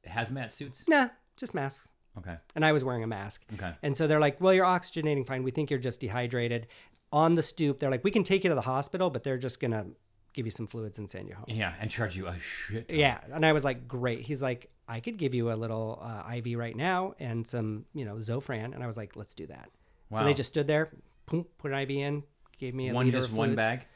hazmat suits?
Nah, just masks.
Okay.
And I was wearing a mask.
Okay.
And so they're like, well, you're oxygenating fine. We think you're just dehydrated. on the stoop. They're like, we can take you to the hospital, but they're just gonna give you some fluids and send you home.
Yeah, and charge you a shit. ton.
Yeah, and I was like, great. He's like, I could give you a little uh, IV right now and some, you know, Zofran, and I was like, let's do that. So
Wow.
they just stood there, boom, put an IV in, gave me a
One
liter
just
of
one
fluids.
bag.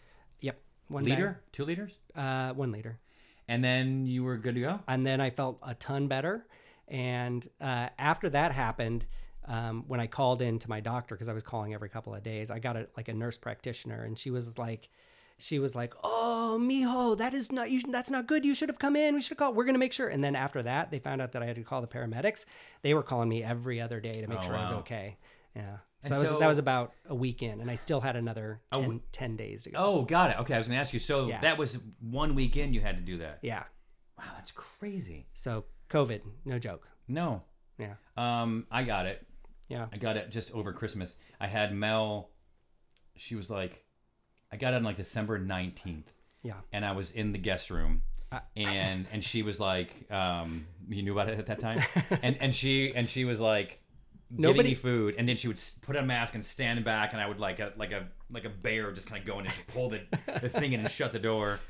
Yep, one bag.
Liter, two liters,
uh, one liter.
and then you were good to go.
and then I felt a ton better. And uh, after that happened, um, when I called in to my doctor because I was calling every couple of days, I got a, like a nurse practitioner, and she was like, she was like, "Oh, Mijo, that is not you. That's not good. You should have come in. We should have called. We're gonna make sure." And then after that, they found out that I had to call the paramedics. They were calling me every other day to make
Oh,
sure I was
wow.
okay. Yeah. So,
And
that was,
so-
that was about a week in, and I still had another
A
10,
wee-
10 days to go.
Oh, got it. Okay, I was gonna ask you. So
Yeah.
that was one weekend you had to do that.
Yeah.
Wow, that's crazy.
So COVID, no joke.
No,
Yeah.
um, I got it.
Yeah.
I got it just over Christmas. I had Mel. She was like, I got it on like December nineteenth,
Yeah.
and I was in the guest room,
I-
and and she was like, um, you knew about it at that time, and and she and she was like. Giving
Nobody-
me food, and then she would s- put on a mask and stand back, and I would like a like a like a bear just kind of go in and just pull the, the thing in and shut the door,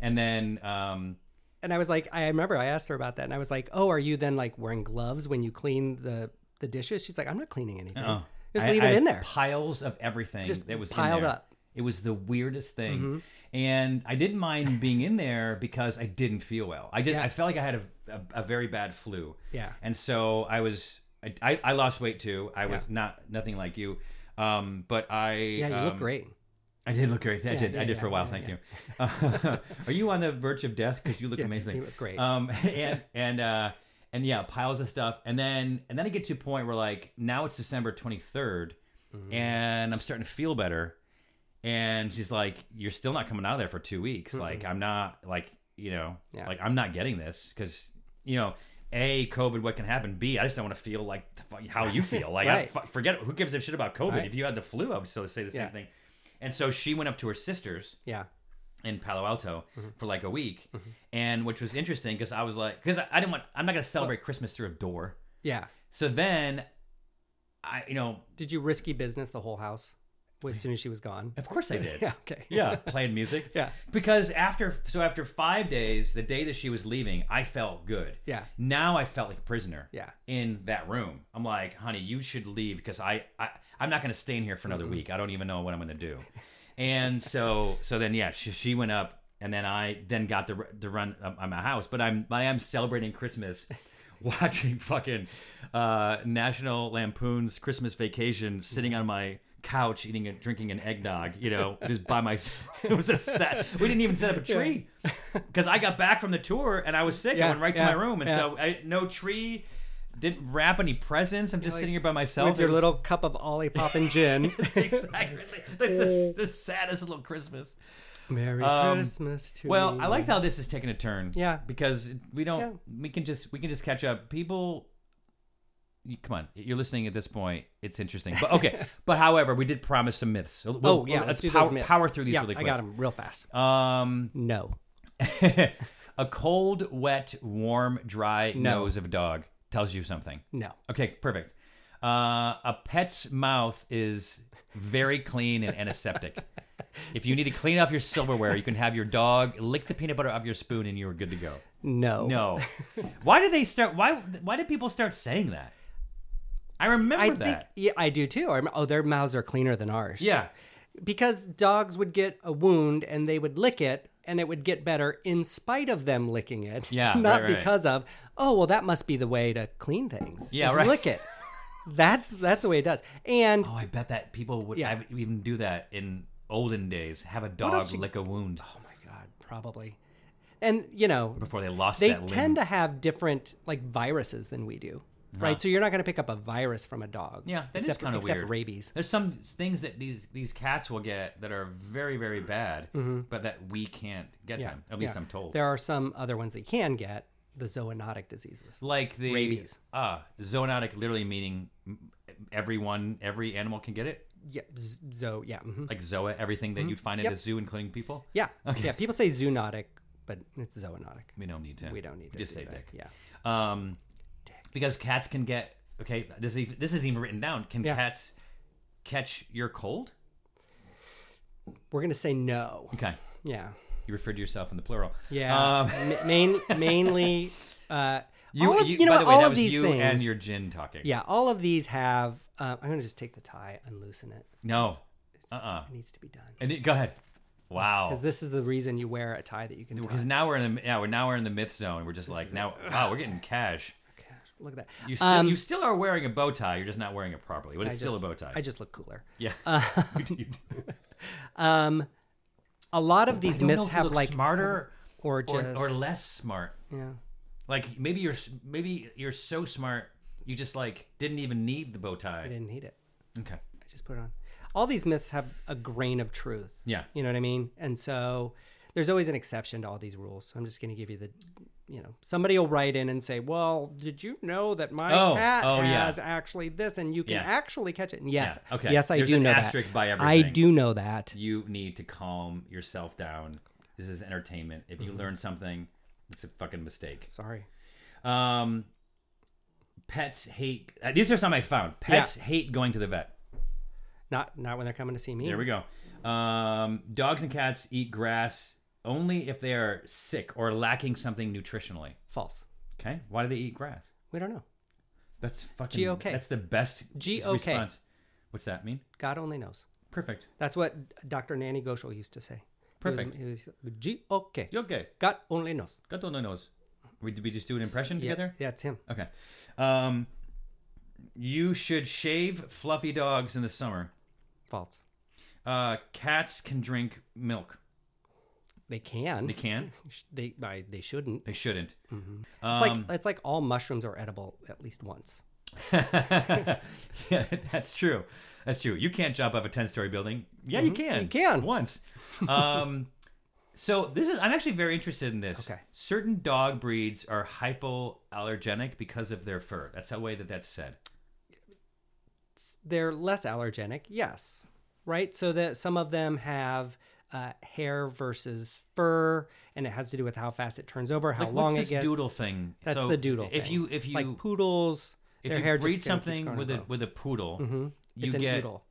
and then um,
And I was like, I remember I asked her about that, and I was like, "Oh, are you then like wearing gloves when you clean the the dishes?" She's like, "I'm not cleaning anything.
Oh.
Just
I-
leave
I
it
had
in there."
Piles of everything
Just
that was in
piled
there.
up. Mm-hmm.
It was the weirdest thing, and I didn't mind being in there because I didn't feel well. I did.
Yeah.
I felt like I had a, a, a very bad flu.
Yeah.
and so I was. I, I, I lost weight too. I was not nothing like you, um, but I.
Yeah, you look
um,
great.
I did look great. I did.
yeah,
I did
yeah,
for a while.
yeah,
Thank you. Uh, are you on the verge of death? Because you look amazing.
you look great.
Um, and and uh, and yeah, piles of stuff. And then and then I get to a point where like now it's December twenty
Mm-hmm.
and I'm starting to feel better. And she's like, "You're still not coming out of there for two weeks. Like I'm not like you know
Yeah.
like I'm not getting this because you know." A COVID, what can happen? B, I just don't want to feel like the fu- how you feel. Like, I
Right.
fu- forget who gives a shit about COVID.
Right.
If you had the flu, I would still say the same
Yeah.
thing. And so she went up to her sisters
Yeah,
in Palo Alto
Mm-hmm.
for like a week, and which was interesting because I was like, because I, I didn't want, I'm not gonna celebrate Christmas through a door.
yeah.
So then, I, you know,
Did you risky business the whole house as soon as she was gone?
of course I did.
Yeah. Okay.
yeah, playing music.
Yeah.
Because after so after five days, the day that she was leaving, I felt good.
Yeah.
Now I felt like a prisoner.
Yeah.
In that room, I'm like, honey, you should leave because I, I I'm not gonna stay in here for another week. I don't even know what I'm gonna do. and so so then yeah, she, she went up, and then I then got the the run of of my house, but I'm I am celebrating Christmas. Watching fucking uh, National Lampoon's Christmas Vacation, sitting on my couch eating and drinking an eggnog, you know, just by myself. It was a set. We didn't even set up a tree because I got back from the tour and I was sick. I
Yeah,
went right
yeah,
to my room, and
yeah.
so I, no tree, didn't wrap any presents. I'm just sitting here by myself
With your
It was-
little cup of Ollie Pop and gin.
exactly. That's the, the saddest little Christmas.
Merry
Um,
Christmas to
Well,
me.
I like how this is taking a turn.
Yeah.
because we don't.
Yeah.
We can just we can just catch up. People, you, come on, you're listening at this point. It's interesting, but okay. but however, we did promise some myths. So we'll-
oh yeah, let's, do
power,
those myths.
power through these
Yeah,
really quick.
I got them real fast.
Um,
No.
a cold, wet, warm, dry
No.
nose of a dog tells you something.
No.
Okay, perfect. Uh, a pet's mouth is very clean and antiseptic. if you need to clean off your silverware, you can have your dog lick the peanut butter off your spoon, and you are good to go.
No.
No, why did they start? Why why did people start saying that? I remember
I
that.
think yeah, I do too. I rem- oh, their mouths are cleaner than ours.
yeah,
because dogs would get a wound and they would lick it and it would get better in spite of them licking it
Yeah,
not
right, right.
because of oh well that must be the way to clean things
Yeah,
is
right.
lick it that's that's the way it does and
Oh, I bet that people would
Yeah.
have- even do that in olden days. Have a dog
else you-
lick a wound
oh my god probably and you know
before they lost
they
that limb. Uh-huh.
tend to have different like viruses than we do right so you're not going to pick up a virus from a dog
Yeah, that is
except,
kind of
except
weird.
rabies
There's some things that these these cats will get that are very very bad, but that we can't get them. At least
Mm-hmm. yeah.
I'm told.
there are some other ones that you can get the zoonotic diseases
like the
Rabies.
Uh, zoonotic literally meaning m- everyone, every animal can get it.
yeah z- zo yeah mhm.
Like zoa, everything that you'd find at a zoo, including people.
Yeah. Yeah. People say zoonotic, but it's zoonotic.
We don't need to.
We don't need to
just
do
say
that.
dick.
Yeah.
Um, because cats can get okay. This is, this is even written down. Can
Yeah.
cats catch your cold?
we're going to say no.
Okay.
Yeah.
You referred to yourself in the plural.
Yeah.
Um,
Ma- main, mainly, uh,
you,
all of,
you,
you know,
by
what,
the way,
all
that
of
was
these
you
things.
and your gin talking.
yeah, all of these have. Uh, I'm going to just take the tie and loosen it.
No. Uh uh
It needs to be done.
And it, go ahead. Wow. Oh.
Because this is the reason you wear a tie that you can tie.
Because now we're in the yeah we're now we're in the myth zone. We're just like now wow we're getting cash.
Gosh, look at that.
You still, you still are wearing a bow tie. You're just not wearing it properly, but it's
Um, I
still
just-
a bow tie.
I just uh, look cooler.
yeah.
Um, a lot of these myths have like
smarter
or just
or, or less smart.
Yeah.
Like maybe you're s- maybe you're so smart you just like didn't even need the bow
I
tie.
didn't need it.
Okay.
I just put it on. All these myths have a grain of truth.
Yeah.
You know what I mean? And so there's always an exception to all these rules. So I'm just going to give you the, you know, somebody will write in and say, well, did you know that my
Oh,
cat
oh, yeah.
has actually this and you can
Yeah.
actually catch it? And yes.
Yeah, okay.
Yes, I
There's
do
an
know
asterisk
that.
by
I
everything.
do know that.
You need to calm yourself down. This is entertainment. If you learn something, it's a fucking mistake.
Sorry.
Um, pets hate. Uh, these are some I found. Pets hate going to the vet.
Not not when they're coming to see me.
There we go. Um, dogs and cats eat grass only if they are sick or lacking something nutritionally.
False.
Okay, why do they eat grass?
We don't know.
That's fucking.
G-O-K.
That's the best
G-O-K.
response. What's that mean?
God only knows.
Perfect.
That's what Dr. Nanny Goshal used to say.
Perfect.
He was, he was G-O-K.
You okay?
God only knows.
Gato no knows. We did we just do an impression
Yeah,
together?
yeah, it's him.
Okay. Um, you should shave fluffy dogs in the summer.
False.
Uh, cats can drink milk.
They can.
They can.
Sh- They I, they shouldn't.
They shouldn't.
Mm-hmm. It's
Um,
like it's like all mushrooms are edible at least once.
Um, yeah, that's true. That's true. You can't jump up a ten-story building. Yeah, you can.
Mm-hmm. You can.
once. Um, so this is. I'm actually very interested in this.
Okay.
Certain dog breeds are hypoallergenic because of their fur. That's the way that that's said.
They're less allergenic, yes, right? So that some of them have uh, hair versus fur, and it has to do with how fast it turns over, how
Like,
long
what's this
it gets.
doodle thing?
That's
So
the doodle.
If
thing.
you if you
like poodles,
if
their
you
hair
breed
just kinda keeps
something
growing
with
and
a
growing.
with a poodle, you
Mm-hmm. it's a
get
noodle.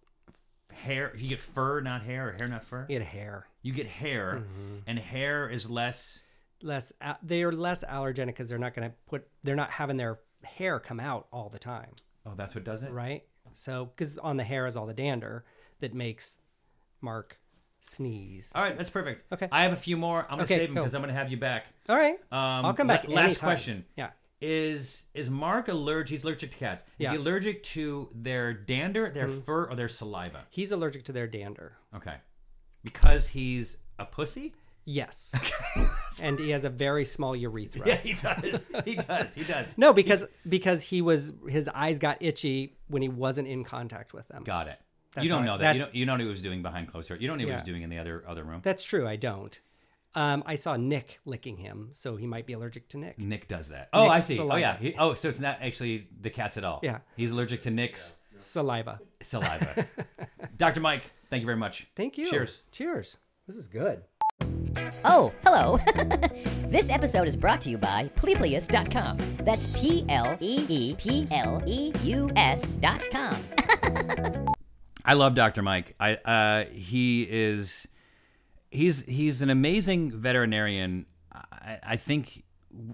hair. You get fur, not hair, or hair, not fur.
You get hair.
You get hair,
Mm-hmm.
and hair is less.
Less, a- they are less allergenic because they're not going to put. They're not having their hair come out all the time.
Oh, that's what does it.
right? So, because on the hair is all the dander that makes Mark sneeze.
All right, that's perfect.
Okay.
I have a few more. I'm gonna
Okay,
save them
go.
because I'm gonna have you back.
All right,
Um,
I'll come
la-
back.
last
anytime.
question.
Yeah,
Is is Mark allergic? He's allergic to cats. Is
Yeah. Mm-hmm.
he allergic to their dander, their fur, or their saliva?
he's allergic to their dander.
Okay, because he's a pussy.
Yes, and he has a very small urethra.
Yeah, he does. he does. He does.
No, because because he was his eyes got itchy when he wasn't in contact with them.
Got it.
That's
you don't
all
know
right.
that. You
That's-
don't. You don't know what he was doing behind closed door. You don't know what he was
Yeah.
doing in the other other room.
That's true. I don't. Um, I saw Nick licking him, so he might be allergic to Nick.
Nick does that. Oh, I
Nick's
see. Oh
saliva.
yeah. He, oh, so it's not actually the cats at all.
Yeah.
He's allergic to Nick's
Saliva.
saliva. Dr. Mike, thank you very much.
Thank you.
Cheers.
Cheers. This is good.
Oh, hello. this episode is brought to you by Pleplius.com. That's P L E E P L E U S.com.
I love Dr. Mike. I uh, he is he's he's an amazing veterinarian. I, I think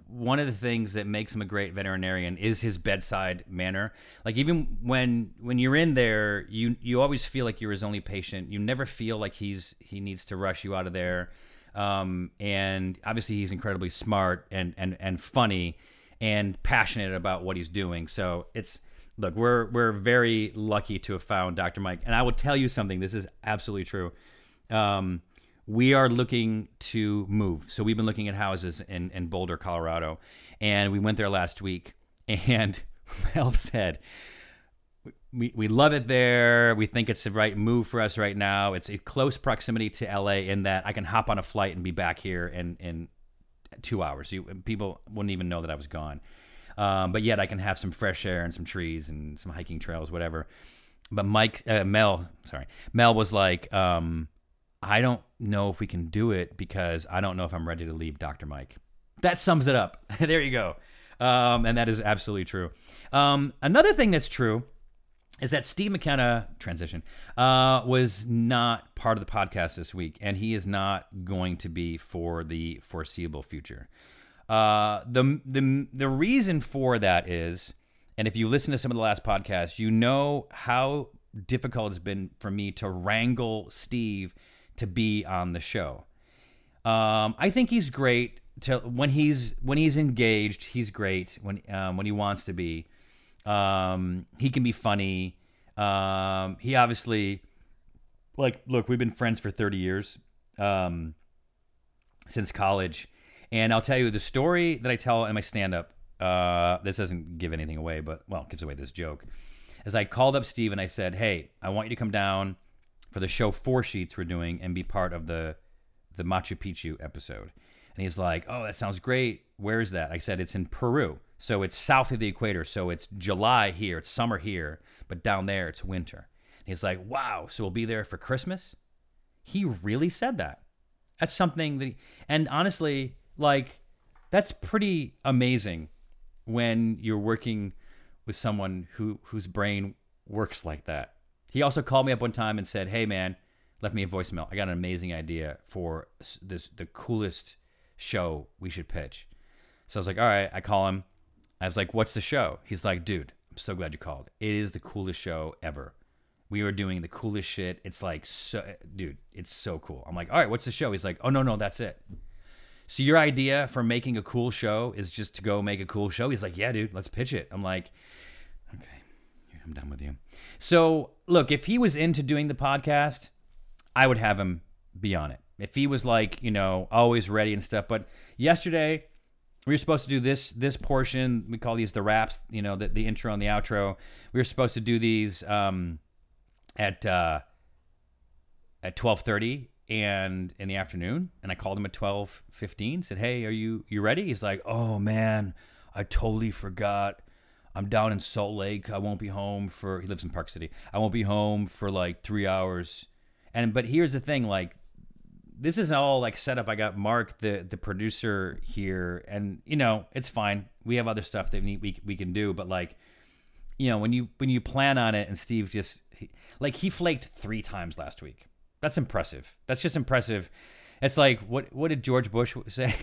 one of the things that makes him a great veterinarian is his bedside manner. Like even when when you're in there, you you always feel like you're his only patient. You never feel like he's he needs to rush you out of there. Um, and obviously he's incredibly smart and and and funny and passionate about what he's doing. So it's look, we're we're very lucky to have found Dr. Mike. And I will tell you something. This is absolutely true um, we are looking to move. So we've been looking at houses in, in Boulder, Colorado, and we went there last week. And Mel said, we, we love it there. We think it's the right move for us right now. It's a close proximity to LA in that I can hop on a flight and be back here in, in two hours. You, people wouldn't even know that I was gone. Um, but yet I can have some fresh air and some trees and some hiking trails, whatever. But Mike, uh, Mel, sorry, Mel was like, um, I don't know if we can do it because I don't know if I'm ready to leave Dr. Mike. That sums it up. there you go. Um, and that is absolutely true. Um, another thing that's true is that Steve McKenna transition uh, was not part of the podcast this week, and he is not going to be for the foreseeable future. Uh, the the the reason for that is, and if you listen to some of the last podcasts, you know how difficult it's been for me to wrangle Steve to be on the show. Um, I think he's great to, when he's when he's engaged. He's great when um, when he wants to be. Um, he can be funny. Um, he obviously, like, look, we've been friends for 30 years um, since college. And I'll tell you the story that I tell in my stand up. Uh, this doesn't give anything away, but, well, it gives away this joke. As I called up Steve and I said, hey, I want you to come down for the show Four Sheets we're doing and be part of the the Machu Picchu episode. And he's like, oh, that sounds great. Where is that? I said, it's in Peru. So it's south of the equator. So it's July here, it's summer here, but down there it's winter. And he's like, wow, so we'll be there for Christmas? He really said that. That's something that he, and honestly, like, that's pretty amazing when you're working with someone who whose brain works like that. He also called me up one time and said, "Hey man, left me a voicemail. I got an amazing idea for s- this the coolest show we should pitch." So I was like, "All right." I call him. I was like, "What's the show?" He's like, "Dude, I'm so glad you called. It is the coolest show ever. We are doing the coolest shit. It's like, so, dude, it's so cool." I'm like, "All right, what's the show?" He's like, "Oh no, no, that's it." So your idea for making a cool show is just to go make a cool show? He's like, "Yeah, dude, let's pitch it." I'm like, "Okay, I'm done with you." So look, if he was into doing the podcast, I would have him be on it. If he was like, you know, always ready and stuff. But yesterday, we were supposed to do this this portion. We call these the wraps, you know, the, the intro and the outro. We were supposed to do these um, at uh, at twelve thirty and in the afternoon. And I called him at twelve fifteen. Said, "Hey, are you you ready?" He's like, "Oh man, I totally forgot. I'm down in Salt Lake. I won't be home for." He lives in Park City. I won't be home for like three hours. And but here's the thing, like this is all like set up. I got Mark, the the producer here, and you know it's fine. We have other stuff that we we, we can do, but like you know when you when you plan on it, and Steve just he, like he flaked three times last week. That's impressive. That's just impressive. It's like what what did George Bush say?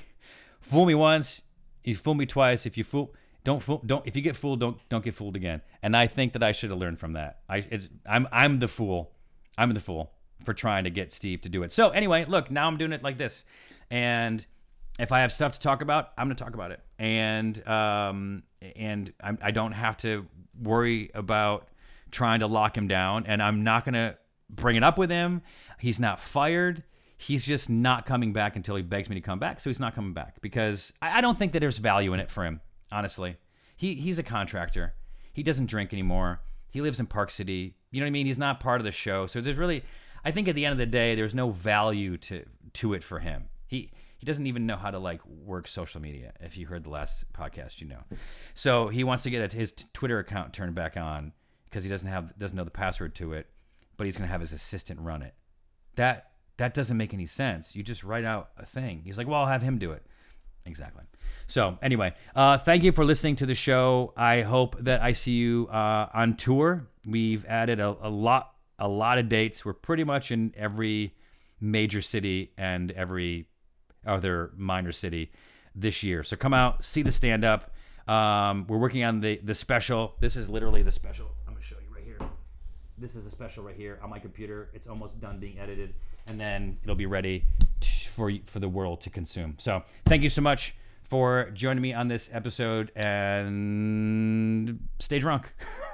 fool me once, you fool me twice. If you fool, don't fool, don't. If you get fooled, don't don't get fooled again. And I think that I should have learned from that. I it's, I'm I'm the fool. I'm the fool for trying to get Steve to do it. So anyway, look, now I'm doing it like this, and if I have stuff to talk about, I'm going to talk about it, and um, and I'm, I don't have to worry about trying to lock him down, and I'm not going to bring it up with him. He's not fired. He's just not coming back until he begs me to come back. So he's not coming back because I, I don't think that there's value in it for him. Honestly, he he's a contractor. He doesn't drink anymore. He lives in Park City. You know what I mean? He's not part of the show. So there's really, I think at the end of the day, there's no value to to it for him. He he doesn't even know how to like work social media. If you heard the last podcast, you know. So he wants to get his Twitter account turned back on because he doesn't have doesn't know the password to it, but he's gonna have his assistant run it. That that doesn't make any sense. You just write out a thing. He's like, well, I'll have him do it. Exactly. So anyway, uh, thank you for listening to the show. I hope that I see you uh, on tour. We've added a, a lot, a lot of dates. We're pretty much in every major city and every other minor city this year. So come out, see the stand up. Um, we're working on the the special. This is literally the special. I'm gonna show you right here. This is a special right here on my computer. It's almost done being edited, and then it'll be ready t- for y- for the world to consume. So thank you so much for joining me on this episode, and stay drunk.